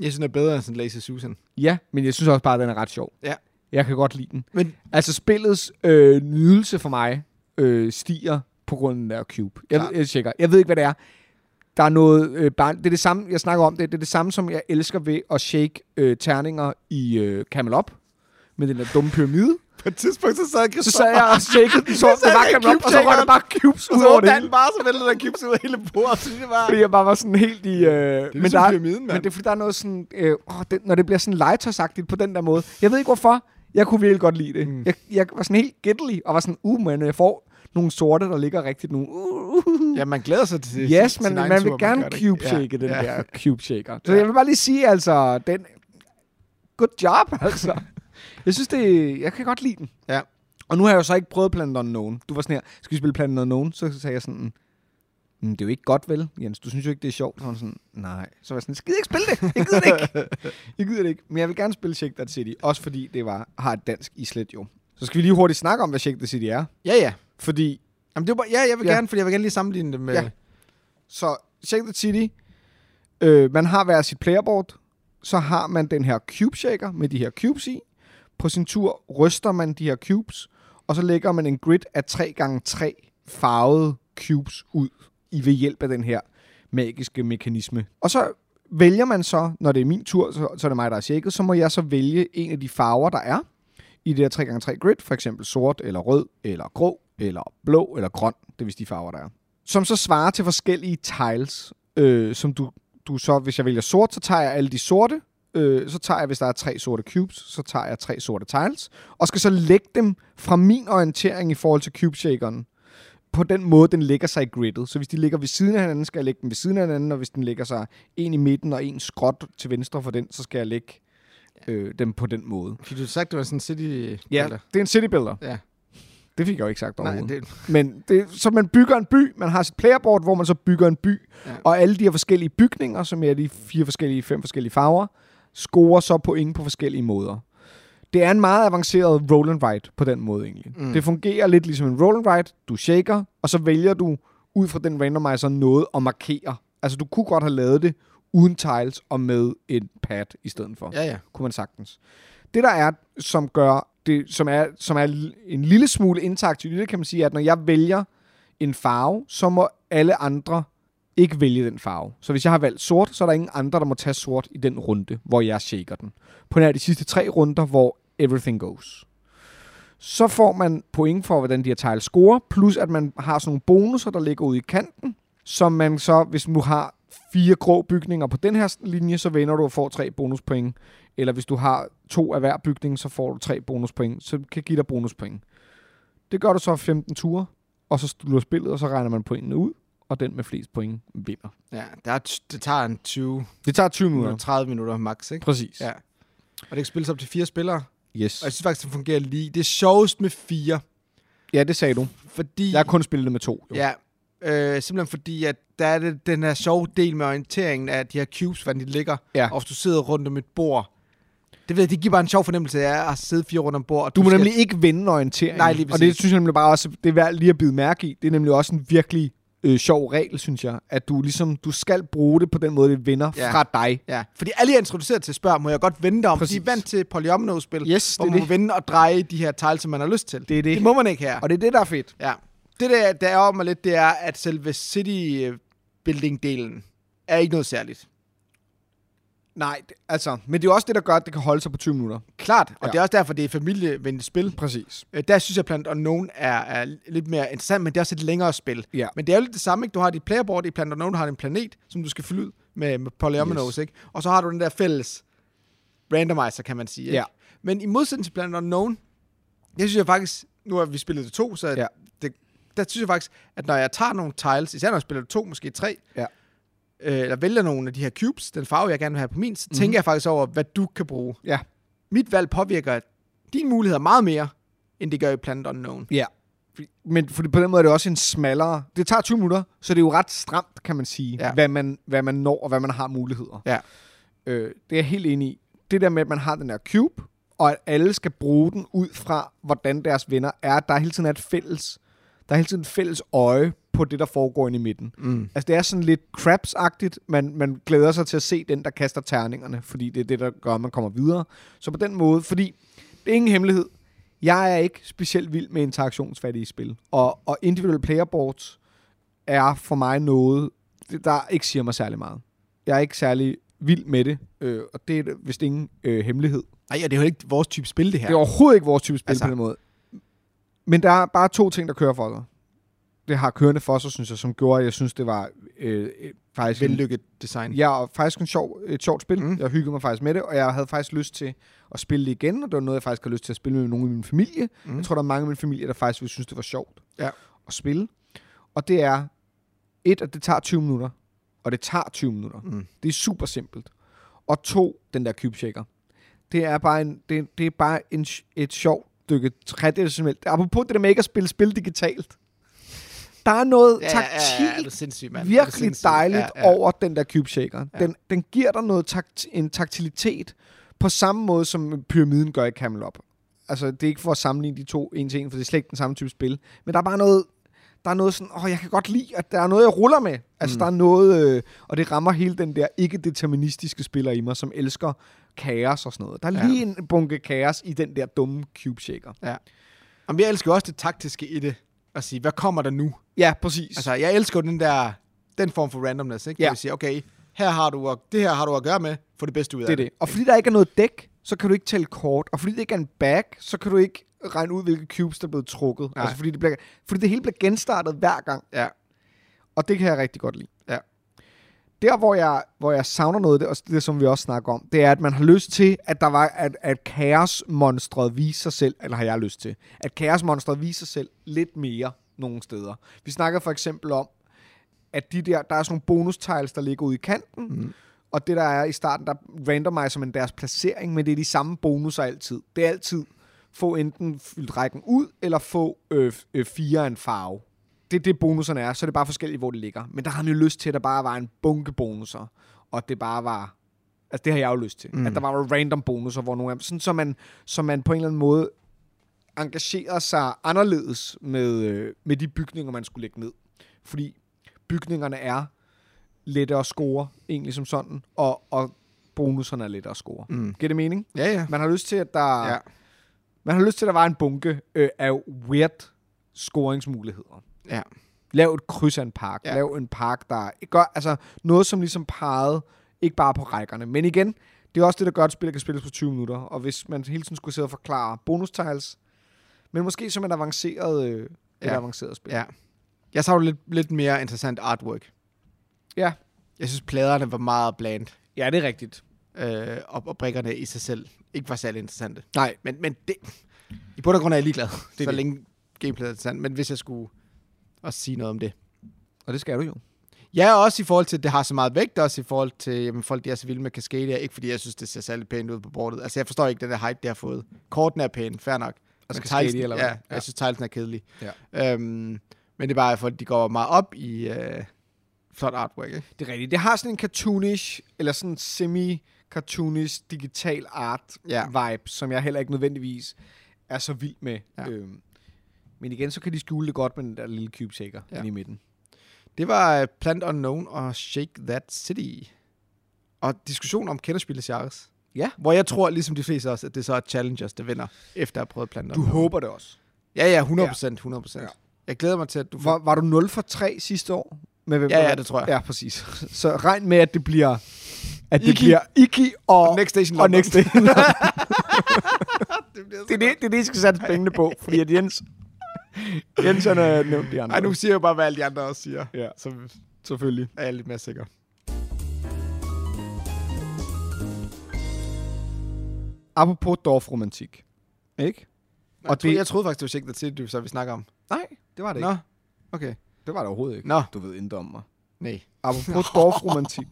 Speaker 1: Jeg synes, den er bedre end sådan Lazy Susan.
Speaker 2: Ja, men jeg synes også bare, at den er ret sjov.
Speaker 1: Ja.
Speaker 2: Jeg kan godt lide den.
Speaker 1: Men-
Speaker 2: Altså, spillets øh, nydelse for mig øh, stiger på grund af den der cube. Jeg,
Speaker 1: Klart.
Speaker 2: jeg, tjekker. jeg ved ikke, hvad det er. Der er noget... Øh, bare, det er det samme, jeg snakker om. Det, det er det samme, som jeg elsker ved at shake øh, terninger i øh, Camel Up med den der dumme pyramide.
Speaker 1: På et tidspunkt, så sad
Speaker 2: Så
Speaker 1: Christoffer
Speaker 2: sad jeg og shakede den, så
Speaker 1: Så
Speaker 2: det
Speaker 1: sad
Speaker 2: var
Speaker 1: jeg i
Speaker 2: Camel Up, og så røg der bare cubes ud
Speaker 1: så
Speaker 2: over det
Speaker 1: åbnede
Speaker 2: hele.
Speaker 1: han bare, så væltede der kips ud af hele bordet. Så det var...
Speaker 2: Fordi jeg bare var sådan helt i... Øh, det
Speaker 1: ligesom pyramiden, mand.
Speaker 2: Men det er fordi, der er noget sådan... Øh, åh, det, når det bliver sådan legetøjsagtigt på den der måde. Jeg ved ikke hvorfor. Jeg kunne virkelig godt lide det. Mm. Jeg, jeg var sådan helt gættelig, og var sådan, uh, men jeg får nogle sorte, der ligger rigtigt nu. Uh, uh, uh.
Speaker 1: Ja, man glæder sig til
Speaker 2: Yes,
Speaker 1: sin
Speaker 2: men
Speaker 1: egen
Speaker 2: man
Speaker 1: tur,
Speaker 2: vil gerne
Speaker 1: gør det, ikke?
Speaker 2: cube shake den
Speaker 1: ja.
Speaker 2: der cube shaker. Så
Speaker 1: Ja.
Speaker 2: jeg vil bare lige sige, altså, den... Good job, altså. jeg synes, det... Jeg kan godt lide den.
Speaker 1: Ja.
Speaker 2: Og nu har jeg jo så ikke prøvet Planet Unknown. Du var sådan her, skal vi spille Planet Unknown? Så sagde jeg sådan, "Mm, det er jo ikke godt, vel, Jens? Du synes jo ikke, det er sjovt. Så var han sådan, nej. Så var jeg sådan, skide ikke spille det. Jeg gider det ikke. Jeg gider det ikke. Men jeg vil gerne spille Shake That City. Også fordi det var, har et dansk islet jo. Så skal vi lige hurtigt snakke om, hvad Shake That City er.
Speaker 1: Ja, ja.
Speaker 2: Fordi
Speaker 1: Jamen, det var, ja, jeg vil
Speaker 2: Ja.
Speaker 1: gerne, fordi jeg vil gerne lige sammenligne det med...
Speaker 2: Ja. Så Shake the City, øh, man har hver sit playerboard, så har man den her cube shaker med de her cubes i. På sin tur ryster man de her cubes, og så lægger man en grid af 3x3 farvede cubes ud i ved hjælp af den her magiske mekanisme. Og så vælger man så, når det er min tur, så, så er det mig, der er shaket, så må jeg så vælge en af de farver, der er i det her 3x3 grid, for eksempel sort, eller rød, eller grå, eller blå, eller grøn, det er vist de farver, der er som så svarer til forskellige tiles, øh, som du, du så, hvis jeg vælger sort, så tager jeg alle de sorte, øh, så tager jeg, hvis der er tre sorte cubes, så tager jeg tre sorte tiles, og skal så lægge dem fra min orientering i forhold til cubeshakeren, på den måde, den ligger sig i gridet. Så hvis de ligger ved siden af hinanden, skal jeg lægge dem ved siden af hinanden, og hvis den ligger sig en i midten og en skråt til venstre for den, så skal jeg lægge øh, dem på den måde.
Speaker 1: Fordi du sagde, det var sådan en city... eller-
Speaker 2: det er en city builder.
Speaker 1: Ja.
Speaker 2: Det fik jeg jo ikke sagt
Speaker 1: Nej,
Speaker 2: overhovedet.
Speaker 1: det,
Speaker 2: Men det, så man bygger en by, man har sit playerboard, hvor man så bygger en by,
Speaker 1: Ja.
Speaker 2: ja. og alle de her forskellige bygninger, som er de fire forskellige, fem forskellige farver, scorer så point på forskellige måder. Det er en meget avanceret roll and write på den måde egentlig.
Speaker 1: Mm.
Speaker 2: Mm. Det fungerer lidt ligesom en roll and write. Du shaker, og så vælger du ud fra den randomizer noget at markere. Altså du kunne godt have lavet det uden tiles og med en pad i stedet for
Speaker 1: ja, ja.
Speaker 2: kunne man sagtens. Det der er, som gør det, som er, som er l- en lille smule interaktivt, i det kan man sige, at når jeg vælger en farve, så må alle andre ikke vælge den farve. Så hvis jeg har valgt sort, så er der ingen andre, der må tage sort i den runde, hvor jeg shaker den. På nær de sidste tre runder, hvor everything goes. Så får man point for, hvordan de her tiles scorer, plus at man har sådan nogle bonusser, der ligger ude i kanten, som man så, hvis du har fire grå bygninger på den her linje, så vender du og får tre bonuspoint. Eller hvis du har to af hver bygning, så får du tre bonuspoint, så kan give dig bonuspoint. Det gør du så 15 ture, og så slutter spillet, og så regner man pointene ud, og den med flest point vinder.
Speaker 1: Ja, der er t- det tager en 20
Speaker 2: Det tager 20 minutter.
Speaker 1: minutter, 30 minutter max, ikke?
Speaker 2: Præcis.
Speaker 1: Ja. Og det kan spilles op til fire spillere.
Speaker 2: Yes.
Speaker 1: Og jeg synes faktisk, det fungerer lige. Det er sjovest med fire,
Speaker 2: Ja, det sagde du.
Speaker 1: fordi...
Speaker 2: Jeg har kun spillet det med to. Jo.
Speaker 1: Ja, øh, simpelthen fordi, at der er det, den her sjove del med orienteringen af de her cubes, hvordan de ligger.
Speaker 2: Ja.
Speaker 1: Og hvis du sidder rundt om et bord, det ved jeg, det giver bare en sjov fornemmelse af at sidde fire rundt om bord. Og
Speaker 2: Du må
Speaker 1: skal-
Speaker 2: nemlig ikke vende orienteringen.
Speaker 1: Nej, lige
Speaker 2: og det
Speaker 1: præcis.
Speaker 2: synes jeg nemlig bare også, det er værd lige at bide mærke i. Det er nemlig også en virkelig øh, sjov regel, synes jeg. At du ligesom, du skal bruge det på den måde, det vender
Speaker 1: Ja.
Speaker 2: ja. fra dig.
Speaker 1: Ja, fordi alle, jeg er introduceret til, spørger, må jeg godt vende dig om. Præcis.
Speaker 2: Præcis.
Speaker 1: De er vant til polyomino-spil,
Speaker 2: Yes,
Speaker 1: hvor
Speaker 2: det er
Speaker 1: man må
Speaker 2: det.
Speaker 1: vende og dreje de her tegl, som man har lyst til.
Speaker 2: Det er det.
Speaker 1: Det må man ikke her.
Speaker 2: Og det er det, der er fedt.
Speaker 1: Ja. Det, der, der er om mig lidt, det er, at selve city-building-delen er ikke noget særligt.
Speaker 2: Nej, det- altså, men det er jo også det, der gør, at det kan holde sig på 20 minutter.
Speaker 1: Klart, og ja.
Speaker 2: Ja.
Speaker 1: det er også derfor, det er et familievenligt spil.
Speaker 2: Præcis.
Speaker 1: Øh, Der synes jeg blandt andet, nogen er, er lidt mere interessant, men det er også et længere spil.
Speaker 2: Ja.
Speaker 1: Men det er jo lidt det samme, ikke? Du har dit playerboard i Planet Unknown, du har en planet, som du skal fylde ud med, med polyominoes, yes.
Speaker 2: Yes.
Speaker 1: ikke? Og så har du den der fælles randomizer, kan man sige, ikke?
Speaker 2: Ja.
Speaker 1: Men i modsætning til Planet Unknown, jeg synes jeg faktisk, nu har vi spillet det to, så
Speaker 2: Ja.
Speaker 1: det, der synes jeg faktisk, at når jeg tager nogle tiles, især når jeg spiller det to, måske tre,
Speaker 2: Ja.
Speaker 1: øh, eller vælger nogle af de her cubes, den farve, jeg gerne vil have på min, så
Speaker 2: Mhm.
Speaker 1: mm-hmm. tænker jeg faktisk over, hvad du kan bruge.
Speaker 2: Ja.
Speaker 1: Mit valg påvirker dine muligheder meget mere, end det gør i Planet Unknown.
Speaker 2: Ja. men for på den måde er det også en smallere... Det tager 20 minutter, så det er jo ret stramt, kan man sige,
Speaker 1: Ja.
Speaker 2: ja. hvad, man, hvad man når og hvad man har muligheder.
Speaker 1: Ja.
Speaker 2: Øh, det er jeg helt enig i. Det der med, at man har den her cube, og at alle skal bruge den ud fra, hvordan deres venner er, at der hele tiden er et fælles, der er hele tiden et fælles øje på det, der foregår inde i midten.
Speaker 1: Mm.
Speaker 2: Altså, det er sådan lidt craps-agtigt. Man, man glæder sig til at se den, der kaster terningerne, fordi det er det, der gør, at man kommer videre. Så på den måde, fordi det er ingen hemmelighed. Jeg er ikke specielt vild med interaktionsfattige spil. Og, og individuelle playerboards er for mig noget, det- der ikke siger mig særlig meget. Jeg er ikke særlig vild med det, øh, og det er da vist ingen øh, hemmelighed.
Speaker 1: Nej, og det er jo ikke vores type spil, det her.
Speaker 2: Det er overhovedet ikke vores type spil
Speaker 1: Altså.
Speaker 2: altså. på den måde. Men der er bare to ting, der kører for sig. Det har kørende for sig, synes jeg, som gjorde, at jeg synes, det var øh, øh, faktisk en-
Speaker 1: Vellykket design.
Speaker 2: Ja, og faktisk en sjov, et sjovt spil.
Speaker 1: Mm.
Speaker 2: Mm. Jeg hyggede mig faktisk med det, og jeg havde faktisk lyst til at spille det igen, og det var noget, jeg faktisk har lyst til at spille med nogen i min familie.
Speaker 1: Mm.
Speaker 2: Mm. Jeg tror, der er mange i min familie, der faktisk ville synes, det var sjovt
Speaker 1: Ja.
Speaker 2: at spille. Og det er, et, at det tager 20 minutter, og det tager 20 minutter.
Speaker 1: Mm.
Speaker 2: Det er super simpelt. Og to, den der cube shaker. Det er bare, en, det, det er bare en, sj- et sjovt dykke tredimensionelt. Apropos det der med ikke at spille spil digitalt. Der er noget ja, taktilt
Speaker 1: Ja, ja, det er sindssygt, mand. Det er
Speaker 2: virkelig
Speaker 1: sindssygt.
Speaker 2: dejligt
Speaker 1: ja, ja.
Speaker 2: over den der cube shaker.
Speaker 1: Ja.
Speaker 2: Ja. Den, den giver dig noget takt, en taktilitet på samme måde, som pyramiden gør i Camel Up. Altså, det er ikke for at sammenligne de to en til en, for det er slet ikke den samme type spil. Men der er bare noget, der er noget sådan, åh, jeg kan godt lide, at der er noget, jeg ruller med.
Speaker 1: Mm.
Speaker 2: Altså, mm. der er noget, øh, og det rammer hele den der ikke-deterministiske spiller i mig, som elsker kaos og sådan noget. Der er
Speaker 1: Ja.
Speaker 2: lige en bunke kaos i den der dumme cube shaker.
Speaker 1: Jamen, jeg elsker jo også det taktiske i det. At sige, hvad kommer der nu?
Speaker 2: Ja, præcis.
Speaker 1: Altså, jeg elsker jo den der, den form for randomness, ikke?
Speaker 2: Ja.
Speaker 1: Det vil sige, okay, her har du at, det her har du at gøre med, få det bedste ud
Speaker 2: Det
Speaker 1: af
Speaker 2: er det. Og fordi der ikke er noget dæk, så kan du ikke tælle kort. Og fordi det ikke er en bag, så kan du ikke regne ud, hvilke cubes, der er blevet trukket.
Speaker 1: Nej.
Speaker 2: Altså, fordi, det bliver, fordi det hele bliver genstartet hver gang.
Speaker 1: Ja.
Speaker 2: Og det kan jeg rigtig godt lide.
Speaker 1: Ja.
Speaker 2: Der, hvor jeg, hvor jeg savner noget, det, og det som vi også snakker om, det er, at man har lyst til, at der var, at, at kaosmonstret viser sig selv, eller har jeg lyst til, at kaosmonstret viser sig selv lidt mere nogle steder. Vi snakker for eksempel om, at de der, der er sådan nogle bonus tiles, der ligger ude i kanten, mm. og det der er i starten, der randomiser man deres placering, men det er de samme bonusser altid. Det er altid få enten fyldt rækken ud, eller få øh, f- øh, fire af en farve. Det er det, bonusserne er, så er det bare forskelligt, hvor det ligger. Men der har man jo lyst til, at der bare var en bunke bonusser, og det bare var... Altså, det har jeg jo lyst til. Mm. At der bare var random bonusser, hvor nogle af dem... Sådan, så man, så man på en eller anden måde engagerer sig anderledes med, øh, med de bygninger, man skulle lægge ned. Fordi bygningerne er lettere at score, egentlig som sådan, og, og bonusserne er lettere at score.
Speaker 1: Mm.
Speaker 2: Giver det mening?
Speaker 1: Ja, ja.
Speaker 2: Man har lyst til, at der,
Speaker 1: Ja.
Speaker 2: ja. man har lyst til, at der var en bunke øh, af weird scoringsmuligheder.
Speaker 1: Ja.
Speaker 2: Lav et kryds af en park.
Speaker 1: Ja.
Speaker 2: Ja. Lav en park, der gør, altså noget, som ligesom pegede ikke bare på rækkerne. Men igen, det er også det, der gør, at spillet kan spilles på 20 minutter. Og hvis man hele tiden skulle sidde og forklare bonus tiles, men måske som en avanceret, øh,
Speaker 1: Ja.
Speaker 2: et avanceret spil.
Speaker 1: Ja. Jeg savner lidt, lidt mere interessant artwork.
Speaker 2: Ja.
Speaker 1: Jeg synes, pladerne var meget bland,
Speaker 2: ja, det er rigtigt.
Speaker 1: øh, og, og brikkerne i sig selv ikke var særlig interessante.
Speaker 2: Nej,
Speaker 1: Men, men det, i bund og grund er jeg ligeglad, det
Speaker 2: er
Speaker 1: så
Speaker 2: det.
Speaker 1: længe gameplayet er interessant. Men hvis jeg skulle også sige noget om det.
Speaker 2: og det skal du jo.
Speaker 1: Ja, og også i forhold til, at det har så meget vægt, også i forhold til, jamen, folk de er så vilde med Cascadia, ikke fordi jeg synes, det ser særlig pænt ud på bordet. Altså, jeg forstår ikke den der hype, det har fået. Korten er pæne, fair nok. Men
Speaker 2: Cascadia,
Speaker 1: tegelsen-
Speaker 2: eller hvad?
Speaker 1: ja, ja,
Speaker 2: Ja.
Speaker 1: jeg synes, tegelsen er kedelig. Ja. Øhm, men det er bare, at folk de går meget op i øh, flot artwork, ikke?
Speaker 2: Det er rigtigt. Det har sådan en cartoonish, eller sådan semi-cartoonish digital art
Speaker 1: Ja.
Speaker 2: ja. vibe, som jeg heller ikke nødvendigvis er så vild med.
Speaker 1: Ja.
Speaker 2: Ja. Øhm, men igen, så kan de skjule det godt med den der lille cube shaker
Speaker 1: Ja.
Speaker 2: ja. i midten.
Speaker 1: Det var øh, Plant Unknown og Shake That City. Og diskussion om kælderspillets genres.
Speaker 2: Ja.
Speaker 1: Hvor jeg tror, ligesom de fleste også, at det så er Challengers, der vinder, efter at have prøvet Plant
Speaker 2: Du
Speaker 1: Unknown.
Speaker 2: håber det også.
Speaker 1: Ja, ja, 100%, 100%. Ja.
Speaker 2: Ja.
Speaker 1: Jeg glæder mig til, at du får...
Speaker 2: Var, var du 0 for 3 sidste år? Med, hvem
Speaker 1: Ja,
Speaker 2: der
Speaker 1: ja,
Speaker 2: vandt?
Speaker 1: det tror jeg.
Speaker 2: Ja, præcis. Så regn med, at det bliver... At det
Speaker 1: Iki.
Speaker 2: Iki. bliver Iki og...
Speaker 1: Og Next Station
Speaker 2: og
Speaker 1: London.
Speaker 2: Next Day.
Speaker 1: det bliver så
Speaker 2: det, er det, det er det, I skal sætte pengene på, fordi at Jens... Jens, han har nævnt de andre.
Speaker 1: Ej, nu siger jeg bare, hvad alle de andre også siger.
Speaker 2: Ja.
Speaker 1: Så
Speaker 2: selvfølgelig.
Speaker 1: er jeg lidt mere sikker.
Speaker 2: apropos Dorf-romantik.
Speaker 1: Og
Speaker 2: Ikke?
Speaker 1: jeg,
Speaker 2: Og
Speaker 1: troede,
Speaker 2: det-
Speaker 1: jeg troede faktisk, det var Shake That City, så vi snakker om.
Speaker 2: Nej, det var det
Speaker 1: Nå, okay.
Speaker 2: Det var det overhovedet ikke.
Speaker 1: Nå,
Speaker 2: Du ved intet om mig.
Speaker 1: nej.
Speaker 2: Apropos Dorf-romantik.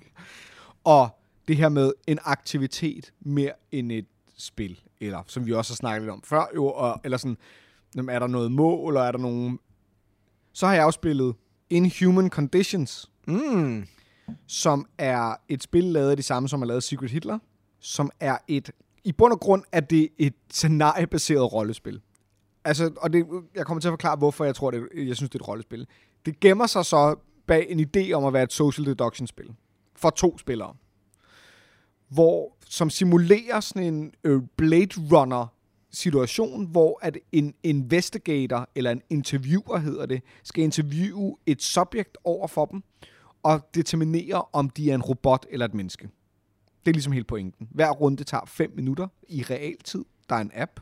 Speaker 2: Og det her med en aktivitet mere end et spil, eller som vi også har snakket lidt om før, jo, og, eller sådan, Jamen, er der noget mål, eller er der nogen... Så har jeg også spillet Inhuman Conditions,
Speaker 1: Mm.
Speaker 2: som er et spil lavet af de samme, som har lavet Secret Hitler, som er et... I bund og grund er det et scenariebaseret rollespil. Altså, og det, jeg kommer til at forklare, hvorfor jeg tror, det, jeg synes, det er et rollespil. Det gemmer sig så bag en idé om at være et social deduction-spil. For to spillere. Hvor, som simulerer sådan en øh, Blade Runner situation, hvor at en investigator, eller en interviewer hedder det, skal interviewe et subjekt over for dem, og determinere, om de er en robot eller et menneske. Det er ligesom hele pointen. Hver runde tager 5 minutter i realtid. Der er en app.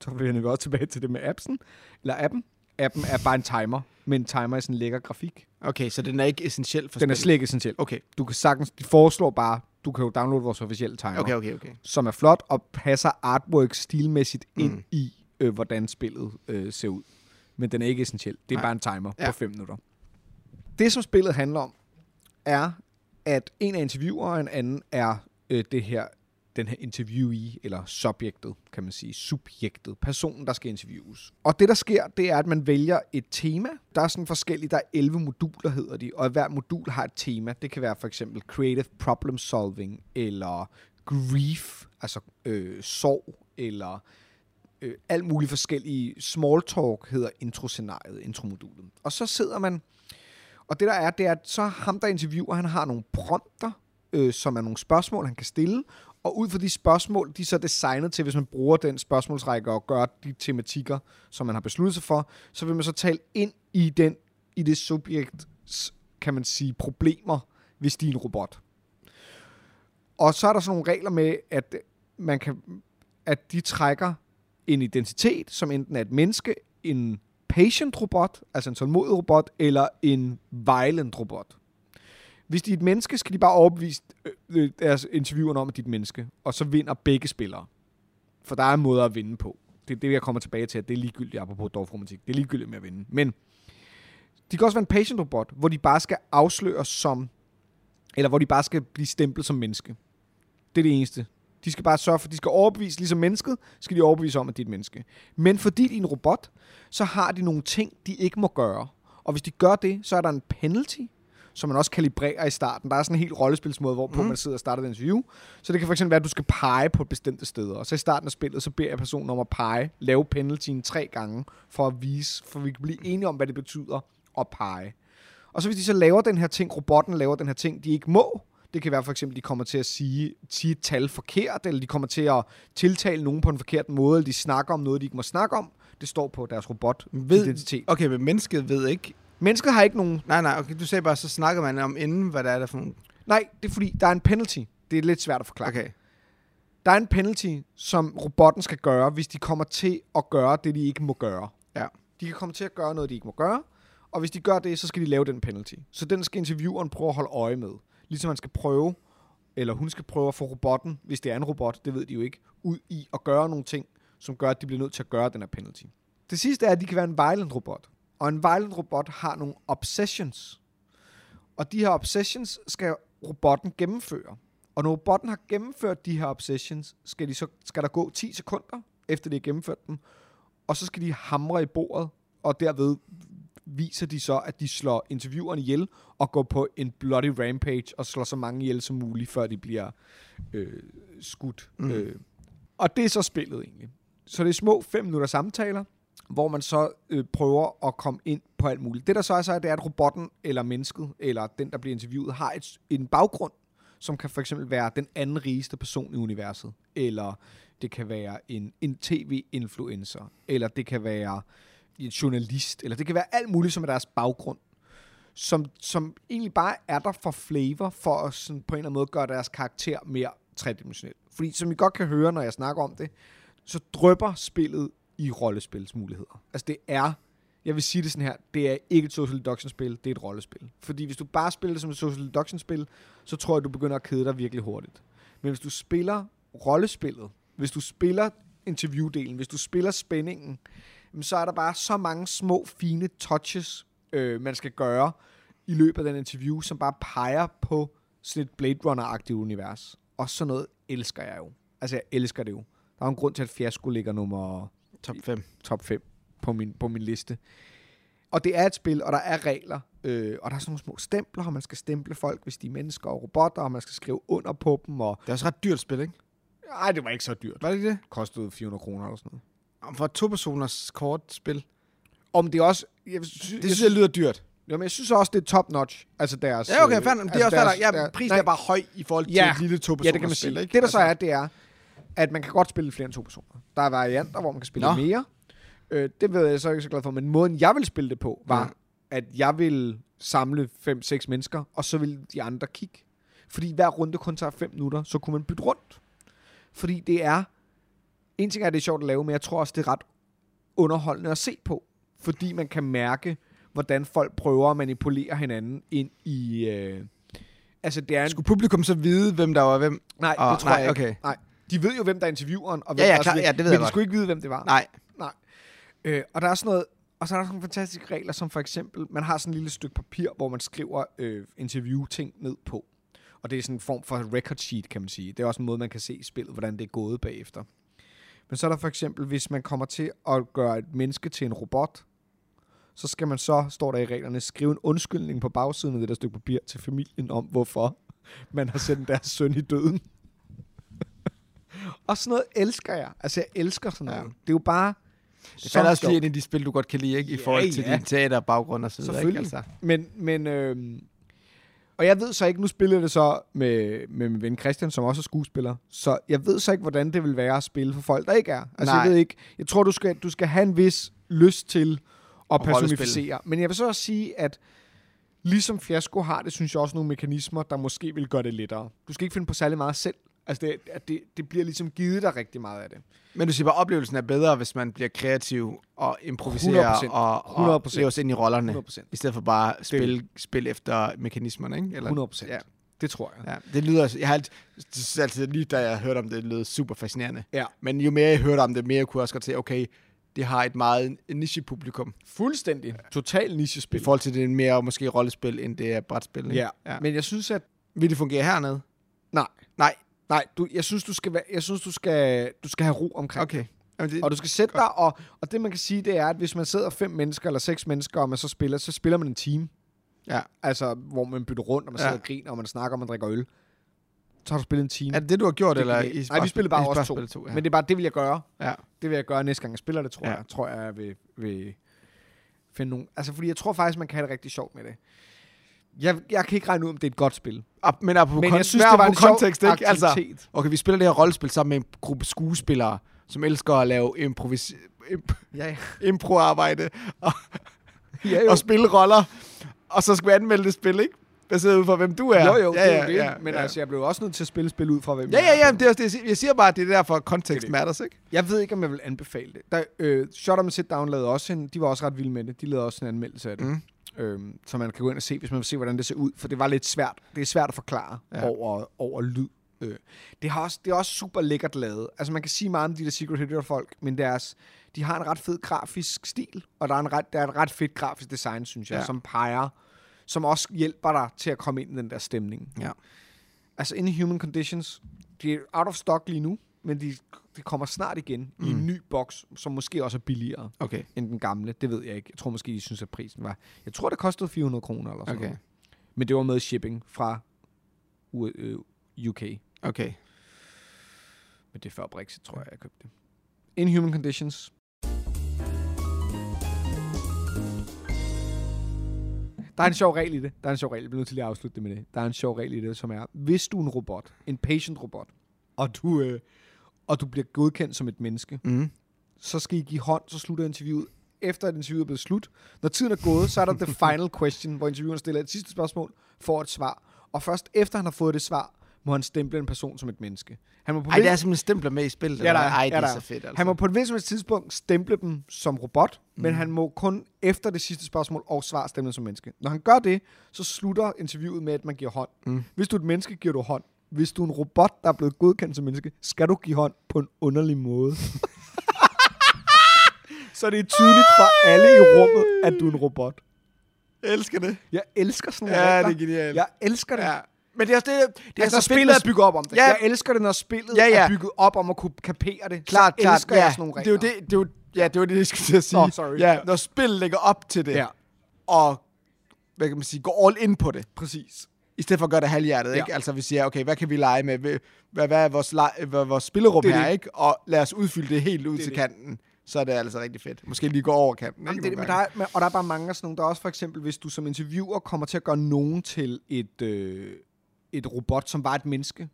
Speaker 2: Så vender vi også tilbage til det med appsen. Eller appen. Appen er bare en timer, men en timer er sådan en lækker grafik.
Speaker 1: Okay, så den er ikke essentiel for
Speaker 2: Den er
Speaker 1: spillet.
Speaker 2: slet ikke essentiel.
Speaker 1: Okay,
Speaker 2: Du kan sagtens, de foreslår bare, du kan jo downloade vores officielle timer,
Speaker 1: okay, okay. okay.
Speaker 2: som er flot og passer artwork stilmæssigt ind
Speaker 1: Mm.
Speaker 2: i, øh, hvordan spillet øh, ser ud. Men den er ikke essentiel. Det er
Speaker 1: Nej.
Speaker 2: bare en timer
Speaker 1: Ja.
Speaker 2: på 5 minutter. Det, som spillet handler om, er, at en er interviewer, og en anden er øh, det her, den her interviewee, eller subjektet, kan man sige, subjektet, personen, der skal interviews. Og det, der sker, det er, at man vælger et tema. Der er sådan forskellige, der er 11 moduler, hedder de, og hver modul har et tema. Det kan være for eksempel creative problem solving, eller grief, altså øh, sorg, eller øh, alt muligt forskellige small talk hedder introscenariet, intromodulet. Og så sidder man, og det der er, det er, at så ham, der interviewer, han har nogle prompter, øh, som er nogle spørgsmål, han kan stille, og ud fra de spørgsmål, de er så designet til, hvis man bruger den spørgsmålsrække og gør de tematikker, som man har besluttet sig for, så vil man så tale ind i, den, i det subjekt, kan man sige, problemer, hvis de er en robot. Og så er der sådan nogle regler med, at man kan, at de trækker en identitet, som enten er et menneske, en patient robot, altså en tålmodig robot, eller en violent robot. Hvis de er et menneske, skal de bare overbevise øh, øh, deres interviewerne om, at de er et menneske, og så vinder begge spillere. For der er måder at vinde på. Det er det, jeg kommer tilbage til, at det er ligegyldigt, apropos dogfromantik. Det er ligegyldigt med at vinde. Men de kan også være en patient robot, hvor de bare skal afsløres som, eller hvor de bare skal blive stemplet som menneske. Det er det eneste. De skal bare sørge for, de skal overbevise, ligesom mennesket, skal de overbevise om, at det er et menneske. Men fordi de er en robot, så har de nogle ting, de ikke må gøre. Og hvis de gør det, så er der en penalty, som man også kalibrerer i starten. Der er sådan en helt rollespilsmåde, hvor mm. man sidder og starter den interview. Så det kan fx være, at du skal pege på bestemte steder. Og så i starten af spillet, så beder jeg personen om at pege, lave penaltyen tre gange, for at vise, for vi kan blive enige om, hvad det betyder at pege. Og så hvis de så laver den her ting, robotten laver den her ting, de ikke må, det kan være for eksempel, de kommer til at sige, sige et tal forkert, eller de kommer til at tiltale nogen på en forkert måde, eller de snakker om noget, de ikke må snakke om. Det står på deres robotidentitet.
Speaker 1: Ved, okay, men mennesket ved ikke.
Speaker 2: Mennesket har ikke nogen...
Speaker 1: Nej, nej, okay, du sagde bare, så snakker man om inden, hvad der er der for nogle...
Speaker 2: Nej, det er fordi, der er en penalty. Det er lidt svært at forklare.
Speaker 1: Okay.
Speaker 2: Der er en penalty, som robotten skal gøre, hvis de kommer til at gøre det, de ikke må gøre.
Speaker 1: Ja.
Speaker 2: De kan komme til at gøre noget, de ikke må gøre, og hvis de gør det, så skal de lave den penalty. Så den skal intervieweren prøve at holde øje med. Ligesom han skal prøve, eller hun skal prøve at få robotten, hvis det er en robot, det ved de jo ikke, ud i at gøre nogle ting, som gør, at de bliver nødt til at gøre den her penalty. Det sidste er, at de kan være en violent robot. Og en violent robot har nogle obsessions. Og de her obsessions skal robotten gennemføre. Og når robotten har gennemført de her obsessions, skal, de så, skal der gå 10 sekunder, efter de har gennemført dem, og så skal de hamre i bordet, og derved viser de så, at de slår intervieweren ihjel, og går på en bloody rampage, og slår så mange ihjel som muligt, før de bliver øh, skudt. Mm. Øh. Og det er så spillet egentlig. Så det er små 5 minutter samtaler, hvor man så øh, prøver at komme ind på alt muligt. Det der så er, så er, det er, at robotten eller mennesket, eller den, der bliver interviewet, har et, en baggrund, som kan for eksempel være den anden rigeste person i universet, eller det kan være en, en tv-influencer, eller det kan være en journalist, eller det kan være alt muligt, som er deres baggrund, som, som egentlig bare er der for flavor, for at sådan på en eller anden måde gøre deres karakter mere tredimensionel. Fordi som I godt kan høre, når jeg snakker om det, så drøber spillet i rollespilsmuligheder. Altså det er, jeg vil sige det sådan her, det er ikke et social deduction spil, det er et rollespil. Fordi hvis du bare spiller det som et social deduction spil, så tror jeg, du begynder at kede dig virkelig hurtigt. Men hvis du spiller rollespillet, hvis du spiller interviewdelen, hvis du spiller spændingen, jamen, så er der bare så mange små, fine touches, øh, man skal gøre i løbet af den interview, som bare peger på sådan et Blade Runner-agtigt univers. Og sådan noget elsker jeg jo. Altså, jeg elsker det jo. Der er jo en grund til, at Fiasko ligger nummer
Speaker 1: Top 5.
Speaker 2: top 5 på min, på min liste. Og det er et spil, og der er regler, øh, og der er sådan nogle små stempler, og man skal stemple folk, hvis de er mennesker og robotter, og man skal skrive under på dem, og...
Speaker 1: Det er også ret dyrt spil, ikke?
Speaker 2: Ej, det var ikke så dyrt.
Speaker 1: Var det ikke det?
Speaker 2: kostede 400 kroner eller sådan noget.
Speaker 1: Jamen, For et to-personers kortspil.
Speaker 2: Om det er også... Jeg synes,
Speaker 1: Det synes jeg lyder dyrt.
Speaker 2: Jo, men jeg synes også, det er top-notch. Altså deres...
Speaker 1: Ja, okay,
Speaker 2: øh,
Speaker 1: fair nok. Det er også fair nok. Ja,
Speaker 2: der-
Speaker 1: prisen er bare høj i forhold til
Speaker 2: Ja.
Speaker 1: et lille to
Speaker 2: Ja, det kan man sige.
Speaker 1: Ikke? Altså,
Speaker 2: Det, der så er, det er, at man kan godt spille i flere end to personer. Der er varianter, hvor man kan spille
Speaker 1: Nå.
Speaker 2: Nå. mere. Øh, det ved jeg så ikke så glad for, men måden, jeg ville spille det på, var,
Speaker 1: Mm.
Speaker 2: at jeg ville samle 5-6 mennesker, og så ville de andre kigge. Fordi hver runde kun tager 5 minutter, så kunne man bytte rundt. Fordi det er... En ting er, at det er sjovt at lave, men jeg tror også, det er ret underholdende at se på. Fordi man kan mærke, hvordan folk prøver at manipulere hinanden ind i... Øh, altså, det er en
Speaker 1: Skulle publikum så vide, hvem der var hvem?
Speaker 2: Nej,
Speaker 1: Åh,
Speaker 2: det tror
Speaker 1: Ah, nej,
Speaker 2: jeg ikke.
Speaker 1: okay.
Speaker 2: Nej. De ved jo, hvem der er intervieweren. Og
Speaker 1: Ja,
Speaker 2: hvem
Speaker 1: ja,
Speaker 2: der er
Speaker 1: klar.
Speaker 2: sådan-
Speaker 1: Ja, det ved
Speaker 2: Men
Speaker 1: jeg
Speaker 2: de
Speaker 1: godt.
Speaker 2: skulle ikke vide, hvem det var.
Speaker 1: Nej.
Speaker 2: Øh, og der er sådan noget, og så er der sådan nogle fantastiske regler, som for eksempel, man har sådan et lille stykke papir, hvor man skriver øh, interviewting ned på. Og det er sådan en form for record sheet, kan man sige. Det er også en måde, man kan se i spillet, hvordan det er gået bagefter. Men så er der for eksempel, hvis man kommer til at gøre et menneske til en robot, så skal man så, står der i reglerne, skrive en undskyldning på bagsiden af det der stykke papir til familien om, hvorfor man har sendt deres søn i døden. og sådan noget elsker jeg. Altså, jeg elsker sådan noget.
Speaker 1: Ja.
Speaker 2: Ja. Det er jo bare...
Speaker 1: Det
Speaker 2: så
Speaker 1: falder også lige
Speaker 2: sjovt.
Speaker 1: ind i de spil, du godt kan lide, ikke? I
Speaker 2: Ja,
Speaker 1: forhold til
Speaker 2: ja.
Speaker 1: din teaterbaggrund og så videre.
Speaker 2: Selvfølgelig.
Speaker 1: Ikke? Altså.
Speaker 2: Men, men øh, og jeg ved så ikke, nu spiller jeg det så med, med min ven Christian, som også er skuespiller, så jeg ved så ikke, hvordan det vil være at spille for folk, der ikke er. Altså,
Speaker 1: Nej.
Speaker 2: jeg ved ikke, jeg tror, du skal, du skal have en vis lyst til at
Speaker 1: rollespil.
Speaker 2: personificere. Men jeg vil så også sige, at ligesom Fiasko har det, synes jeg også nogle mekanismer, der måske vil gøre det lettere. Du skal ikke finde på særlig meget selv. Altså, det, at det, det bliver ligesom givet dig rigtig meget af det.
Speaker 1: Men du siger bare, at oplevelsen er bedere, hvis man bliver kreativ og improviserer
Speaker 2: 100%.
Speaker 1: og, og
Speaker 2: 100%.
Speaker 1: lever sig ind i rollerne.
Speaker 2: 100%.
Speaker 1: I stedet for bare at spille, spille efter mekanismerne, ikke? Eller,
Speaker 2: 100 procent.
Speaker 1: Ja.
Speaker 2: Ja. Det tror jeg.
Speaker 1: Ja, det lyder... Jeg har alt- det synes altid, lige da jeg hørte om det, det lød super fascinerende.
Speaker 2: ja.
Speaker 1: Men jo mere jeg hørte om det, mere kunne jeg også godt se, okay, det har et meget niche-publikum.
Speaker 2: Fuldstændig. Total
Speaker 1: I
Speaker 2: nichespil.
Speaker 1: forhold til det er mere måske rollespil, end det er brætspil. ikke?
Speaker 2: Ja. ja. Men jeg synes, at
Speaker 1: Vil det fungere hernede?
Speaker 2: Nej,
Speaker 1: Nej.
Speaker 2: nej, du, jeg synes, du skal, være, jeg synes, du skal, du skal have ro omkring det.
Speaker 1: Okay. Jamen, det,
Speaker 2: Og du skal sætte dig, og, og det man kan sige, det er, at hvis man sidder fem mennesker eller seks mennesker, og man så spiller, så spiller man en time.
Speaker 1: Ja.
Speaker 2: Altså, hvor man bytter rundt, og man
Speaker 1: Ja.
Speaker 2: sidder og griner, og man snakker, og man drikker øl. Så har du spillet en time.
Speaker 1: er det det, du har gjort?
Speaker 2: Det er
Speaker 1: eller
Speaker 2: genialt.
Speaker 1: i
Speaker 2: Nej, vi
Speaker 1: bare-
Speaker 2: spillede bare
Speaker 1: i
Speaker 2: os to.
Speaker 1: spil to ja.
Speaker 2: Men det er bare, det vil jeg gøre.
Speaker 1: ja.
Speaker 2: Det vil jeg gøre næste gang, jeg spiller det, tror
Speaker 1: Ja.
Speaker 2: ja. jeg. Tror jeg, jeg vil, vil finde nogen. Altså, fordi jeg tror faktisk, man kan have det rigtig sjovt med det. Jeg, jeg kan ikke regne ud, om det er et godt spil.
Speaker 1: Ap- Ah, Men apropos,
Speaker 2: Men
Speaker 1: kon-
Speaker 2: jeg synes,
Speaker 1: men
Speaker 2: det var en
Speaker 1: apropos
Speaker 2: sjov
Speaker 1: kontekst, ikke? Altså,
Speaker 2: aktivitet.
Speaker 1: okay, vi spiller det her rollespil sammen med en gruppe skuespillere, som elsker at lave improvis- imp-
Speaker 2: Ja, ja.
Speaker 1: improarbejde og,
Speaker 2: ja jo.
Speaker 1: og spille roller. Og så skal vi anmelde det spil, ikke? Baseret ud fra, hvem du er.
Speaker 2: Jo, jo,
Speaker 1: ja,
Speaker 2: det er
Speaker 1: ja,
Speaker 2: jo det.
Speaker 1: ja,
Speaker 2: men
Speaker 1: ja.
Speaker 2: altså, jeg blev også nødt til at spille spil ud fra, hvem
Speaker 1: Ja,
Speaker 2: jeg
Speaker 1: ja,
Speaker 2: er.
Speaker 1: ja, men det er også det, jeg siger. Jeg siger bare, at det er derfor, at kontekst
Speaker 2: Det er det.
Speaker 1: matters, ikke?
Speaker 2: Jeg ved ikke, om jeg vil anbefale det. Der, øh, Shot Em and Sit Down lavede også en, de var også ret vilde med det. De lavede også en anmeldelse af det.
Speaker 1: Mm.
Speaker 2: Øhm, så man kan gå ind og se, hvis man vil se, hvordan det ser ud. For det var lidt svært. Det er svært at forklare
Speaker 1: Ja.
Speaker 2: ja. over, over lyd. Øh, det, har også, det er også super lækkert lavet. Altså, man kan sige meget om de der Secret Hitler-folk, men deres, de har en ret fed grafisk stil, og der er, en ret, der er et ret fedt grafisk design, synes jeg,
Speaker 1: Ja.
Speaker 2: ja. som peger, som også hjælper dig til at komme ind i den der stemning.
Speaker 1: Ja.
Speaker 2: Altså inde i Human Conditions, de er out of stock lige nu, men de, de kommer snart igen mm. i en ny boks, som måske også er billigere
Speaker 1: Okay.
Speaker 2: end den gamle. Det ved jeg ikke. Jeg tror måske, de synes, at prisen var... Jeg tror, det kostede 400 kroner eller sådan
Speaker 1: Okay.
Speaker 2: noget. Men det var med shipping fra U- øh, UK.
Speaker 1: Okay.
Speaker 2: Men det er før Brexit, tror jeg, jeg købte det. Inhuman Conditions. Der er en sjov regel i det. Der er en sjov regel. Jeg bliver nødt til lige at afslutte det med det. Der er en sjov regel i det, som er, hvis du er en robot, en patient robot, og du, øh, og du bliver godkendt som et menneske,
Speaker 1: Mm.
Speaker 2: så skal I give hånd, så slutter interviewet. Efter at interviewet er blevet slut, når tiden er gået, så er der the final question, hvor intervieweren stiller et sidste spørgsmål, får et svar. Og først efter han har fået det svar, må han stemple en person som et menneske. Han må på
Speaker 1: Ej, der er simpelthen stempler med i spillet.
Speaker 2: Ja, der er.
Speaker 1: eller hvad? Ej, det
Speaker 2: Ja, der
Speaker 1: er
Speaker 2: er.
Speaker 1: så fedt, altså.
Speaker 2: Han må på et vist som helst tidspunkt stemple dem som robot, mm. men han må kun efter det sidste spørgsmål og svar stemple dem som menneske. Når han gør det, så slutter interviewet med, at man giver hånd. Mm. Hvis du er et menneske, giver du hånd. Hvis du er en robot, der er blevet godkendt som menneske, skal du give hånd på en underlig måde. så det er tydeligt for alle i rummet, at du er en robot.
Speaker 1: Jeg elsker det.
Speaker 2: Jeg elsker sådan nogle
Speaker 1: Ja,
Speaker 2: regler.
Speaker 1: det er genialt.
Speaker 2: Jeg elsker det.
Speaker 1: Ja. Men det er også det, det er
Speaker 2: altså, når
Speaker 1: så fedt
Speaker 2: spillet
Speaker 1: med-
Speaker 2: er bygget op om det.
Speaker 1: Ja.
Speaker 2: Ja. Jeg elsker det, når spillet
Speaker 1: Ja,
Speaker 2: ja,
Speaker 1: ja.
Speaker 2: ja. er bygget op om at kunne kapere det.
Speaker 1: Klart,
Speaker 2: så
Speaker 1: klart.
Speaker 2: elsker jeg sådan nogle
Speaker 1: det er
Speaker 2: regler.
Speaker 1: jo det, det er jo, ja, det var det, jeg skulle til at sige.
Speaker 2: Nå, sorry.
Speaker 1: Ja,
Speaker 2: Ja.
Speaker 1: når spil lægger op til det,
Speaker 2: Ja.
Speaker 1: og hvad kan man sige, går all in på det,
Speaker 2: Præcis.
Speaker 1: i stedet for at gøre det halvhjertet,
Speaker 2: Ja.
Speaker 1: ikke? Altså, vi siger, okay, hvad kan vi lege med? Hvad, hvad, hvad er vores, lege, hvad, er vores spillerum
Speaker 2: Det
Speaker 1: det
Speaker 2: er
Speaker 1: her,
Speaker 2: det.
Speaker 1: ikke? Og lad os udfylde det helt ud
Speaker 2: er
Speaker 1: til
Speaker 2: det.
Speaker 1: kanten. Så er det altså rigtig fedt. Måske lige gå over kanten,
Speaker 2: Jamen,
Speaker 1: ikke?
Speaker 2: det, men
Speaker 1: Nogle
Speaker 2: der
Speaker 1: gange.
Speaker 2: er, men- og der er bare mange af sådan nogle. Der er også for eksempel, hvis du som interviewer kommer til at gøre nogen til et, øh, et robot, som var et menneske,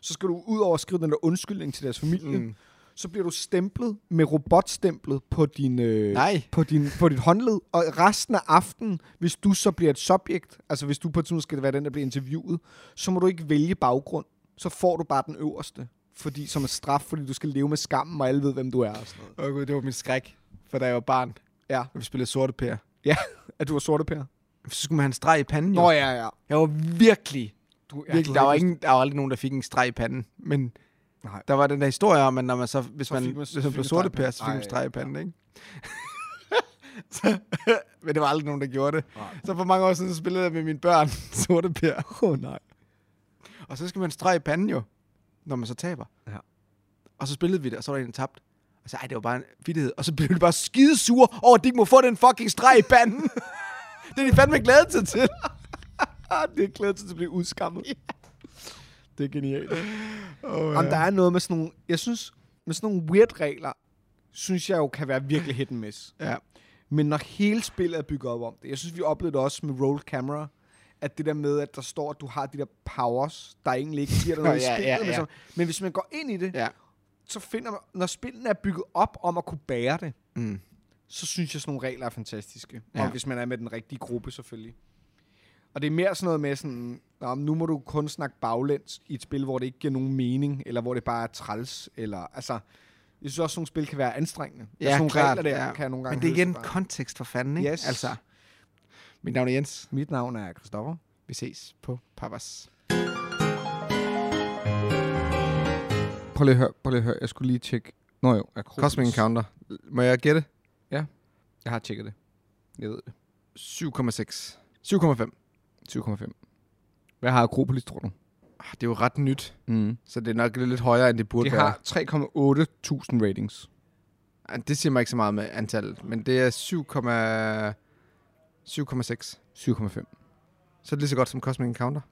Speaker 2: så skal du ud over at skrive den der undskyldning til deres familie,
Speaker 1: Mm.
Speaker 2: mm. så bliver du stemplet med robotstemplet på din, øh,
Speaker 1: Nej.
Speaker 2: på, din, på dit håndled, og resten af aftenen, hvis du så bliver et subjekt, altså hvis du på et tidspunkt skal være den, der bliver interviewet, så må du ikke vælge baggrund. Så får du bare den øverste, fordi, som er straf, fordi du skal leve med skammen, og alle ved, hvem du er. Og sådan noget.
Speaker 1: Åh gud, det var min skræk, for da jeg var barn,
Speaker 2: Ja.
Speaker 1: og vi spillede sorte pære.
Speaker 2: Ja, at du var sorte pære.
Speaker 1: Så skulle man have en streg i panden, jo.
Speaker 2: Nå ja, ja.
Speaker 1: Jeg var virkelig
Speaker 2: Du, ja,
Speaker 1: Virkelig, der, var ingen, der var aldrig nogen, der fik en streg i panden. Men Nej.
Speaker 2: Nej.
Speaker 1: der var den der historie om, at når man så, hvis man,
Speaker 2: fik man-
Speaker 1: hvis
Speaker 2: så
Speaker 1: man
Speaker 2: fik
Speaker 1: blev
Speaker 2: man
Speaker 1: sorte
Speaker 2: streg i
Speaker 1: pære, så fik man
Speaker 2: panden.
Speaker 1: streg i panden, ikke? så, men det var aldrig nogen, der gjorde det. Nej. Så for mange år siden så spillede jeg med mine børn sorte pære. Åh oh, nej. Og så skal man streg i panden jo, når man så taber.
Speaker 2: Ja.
Speaker 1: Og så spillede vi det, og så var der en, der tabte. Og så, ej, det var bare en vittighed. Og så blev de bare skidesure over, at de ikke må få den fucking streg i panden. det er de fandme glædet sig til. Ah,
Speaker 2: det er glædet til at blive udskammet.
Speaker 1: Det er genialt. Oh,
Speaker 2: Jamen, der er noget med sådan nogle... Jeg synes, med sådan nogle weird regler, synes jeg jo kan være virkelig hit and miss.
Speaker 1: Ja.
Speaker 2: Men når hele spillet er bygget op om det, jeg synes, vi oplevede det også med roll camera, at det der med, at der står, at du har de der powers, der egentlig ikke giver dig noget
Speaker 1: Ja,
Speaker 2: i
Speaker 1: ja,
Speaker 2: spillet. men
Speaker 1: ja.
Speaker 2: som- Men hvis man går ind i det,
Speaker 1: Ja.
Speaker 2: så finder man, når spillene er bygget op om at kunne bære det,
Speaker 1: Mm.
Speaker 2: så synes jeg, sådan nogle regler er fantastiske.
Speaker 1: Ja.
Speaker 2: Ja. Og hvis man er med den rigtige gruppe, selvfølgelig. Og det er mere sådan noget med sådan, Nå, men nu må du kun snakke baglæns i et spil, hvor det ikke giver nogen mening, eller hvor det bare er træls, eller altså... Jeg synes også, at sådan nogle spil kan være anstrengende. Der er sådan nogle regler der, kan jeg nogle gange
Speaker 1: Men det er
Speaker 2: høste
Speaker 1: igen
Speaker 2: bare.
Speaker 1: kontekst for fanden, ikke?
Speaker 2: Yes.
Speaker 1: Altså, mit navn er Jens.
Speaker 2: Mit navn er Christoffer.
Speaker 1: Vi ses på Papas.
Speaker 2: Prøv lige at høre, prøv lige at høre. Jeg skulle lige tjekke... Nå jo, Akropolis.
Speaker 1: Cosmic Encounter. Må jeg gætte?
Speaker 2: Jeg har tjekket det. Jeg ved det.
Speaker 1: 7,6. 7,5.
Speaker 2: 7,5. Hvad har Akropolis, tror du?
Speaker 1: Ah, Det er jo ret nyt,
Speaker 2: Mm.
Speaker 1: så det er nok lidt højere, end det burde
Speaker 2: Det
Speaker 1: være.
Speaker 2: har 3,8.000 ratings.
Speaker 1: Ah, Det siger mig ikke så meget med antallet, men det er 7,6.
Speaker 2: 7,5.
Speaker 1: Så er det lige så godt som Cosmic Encounter.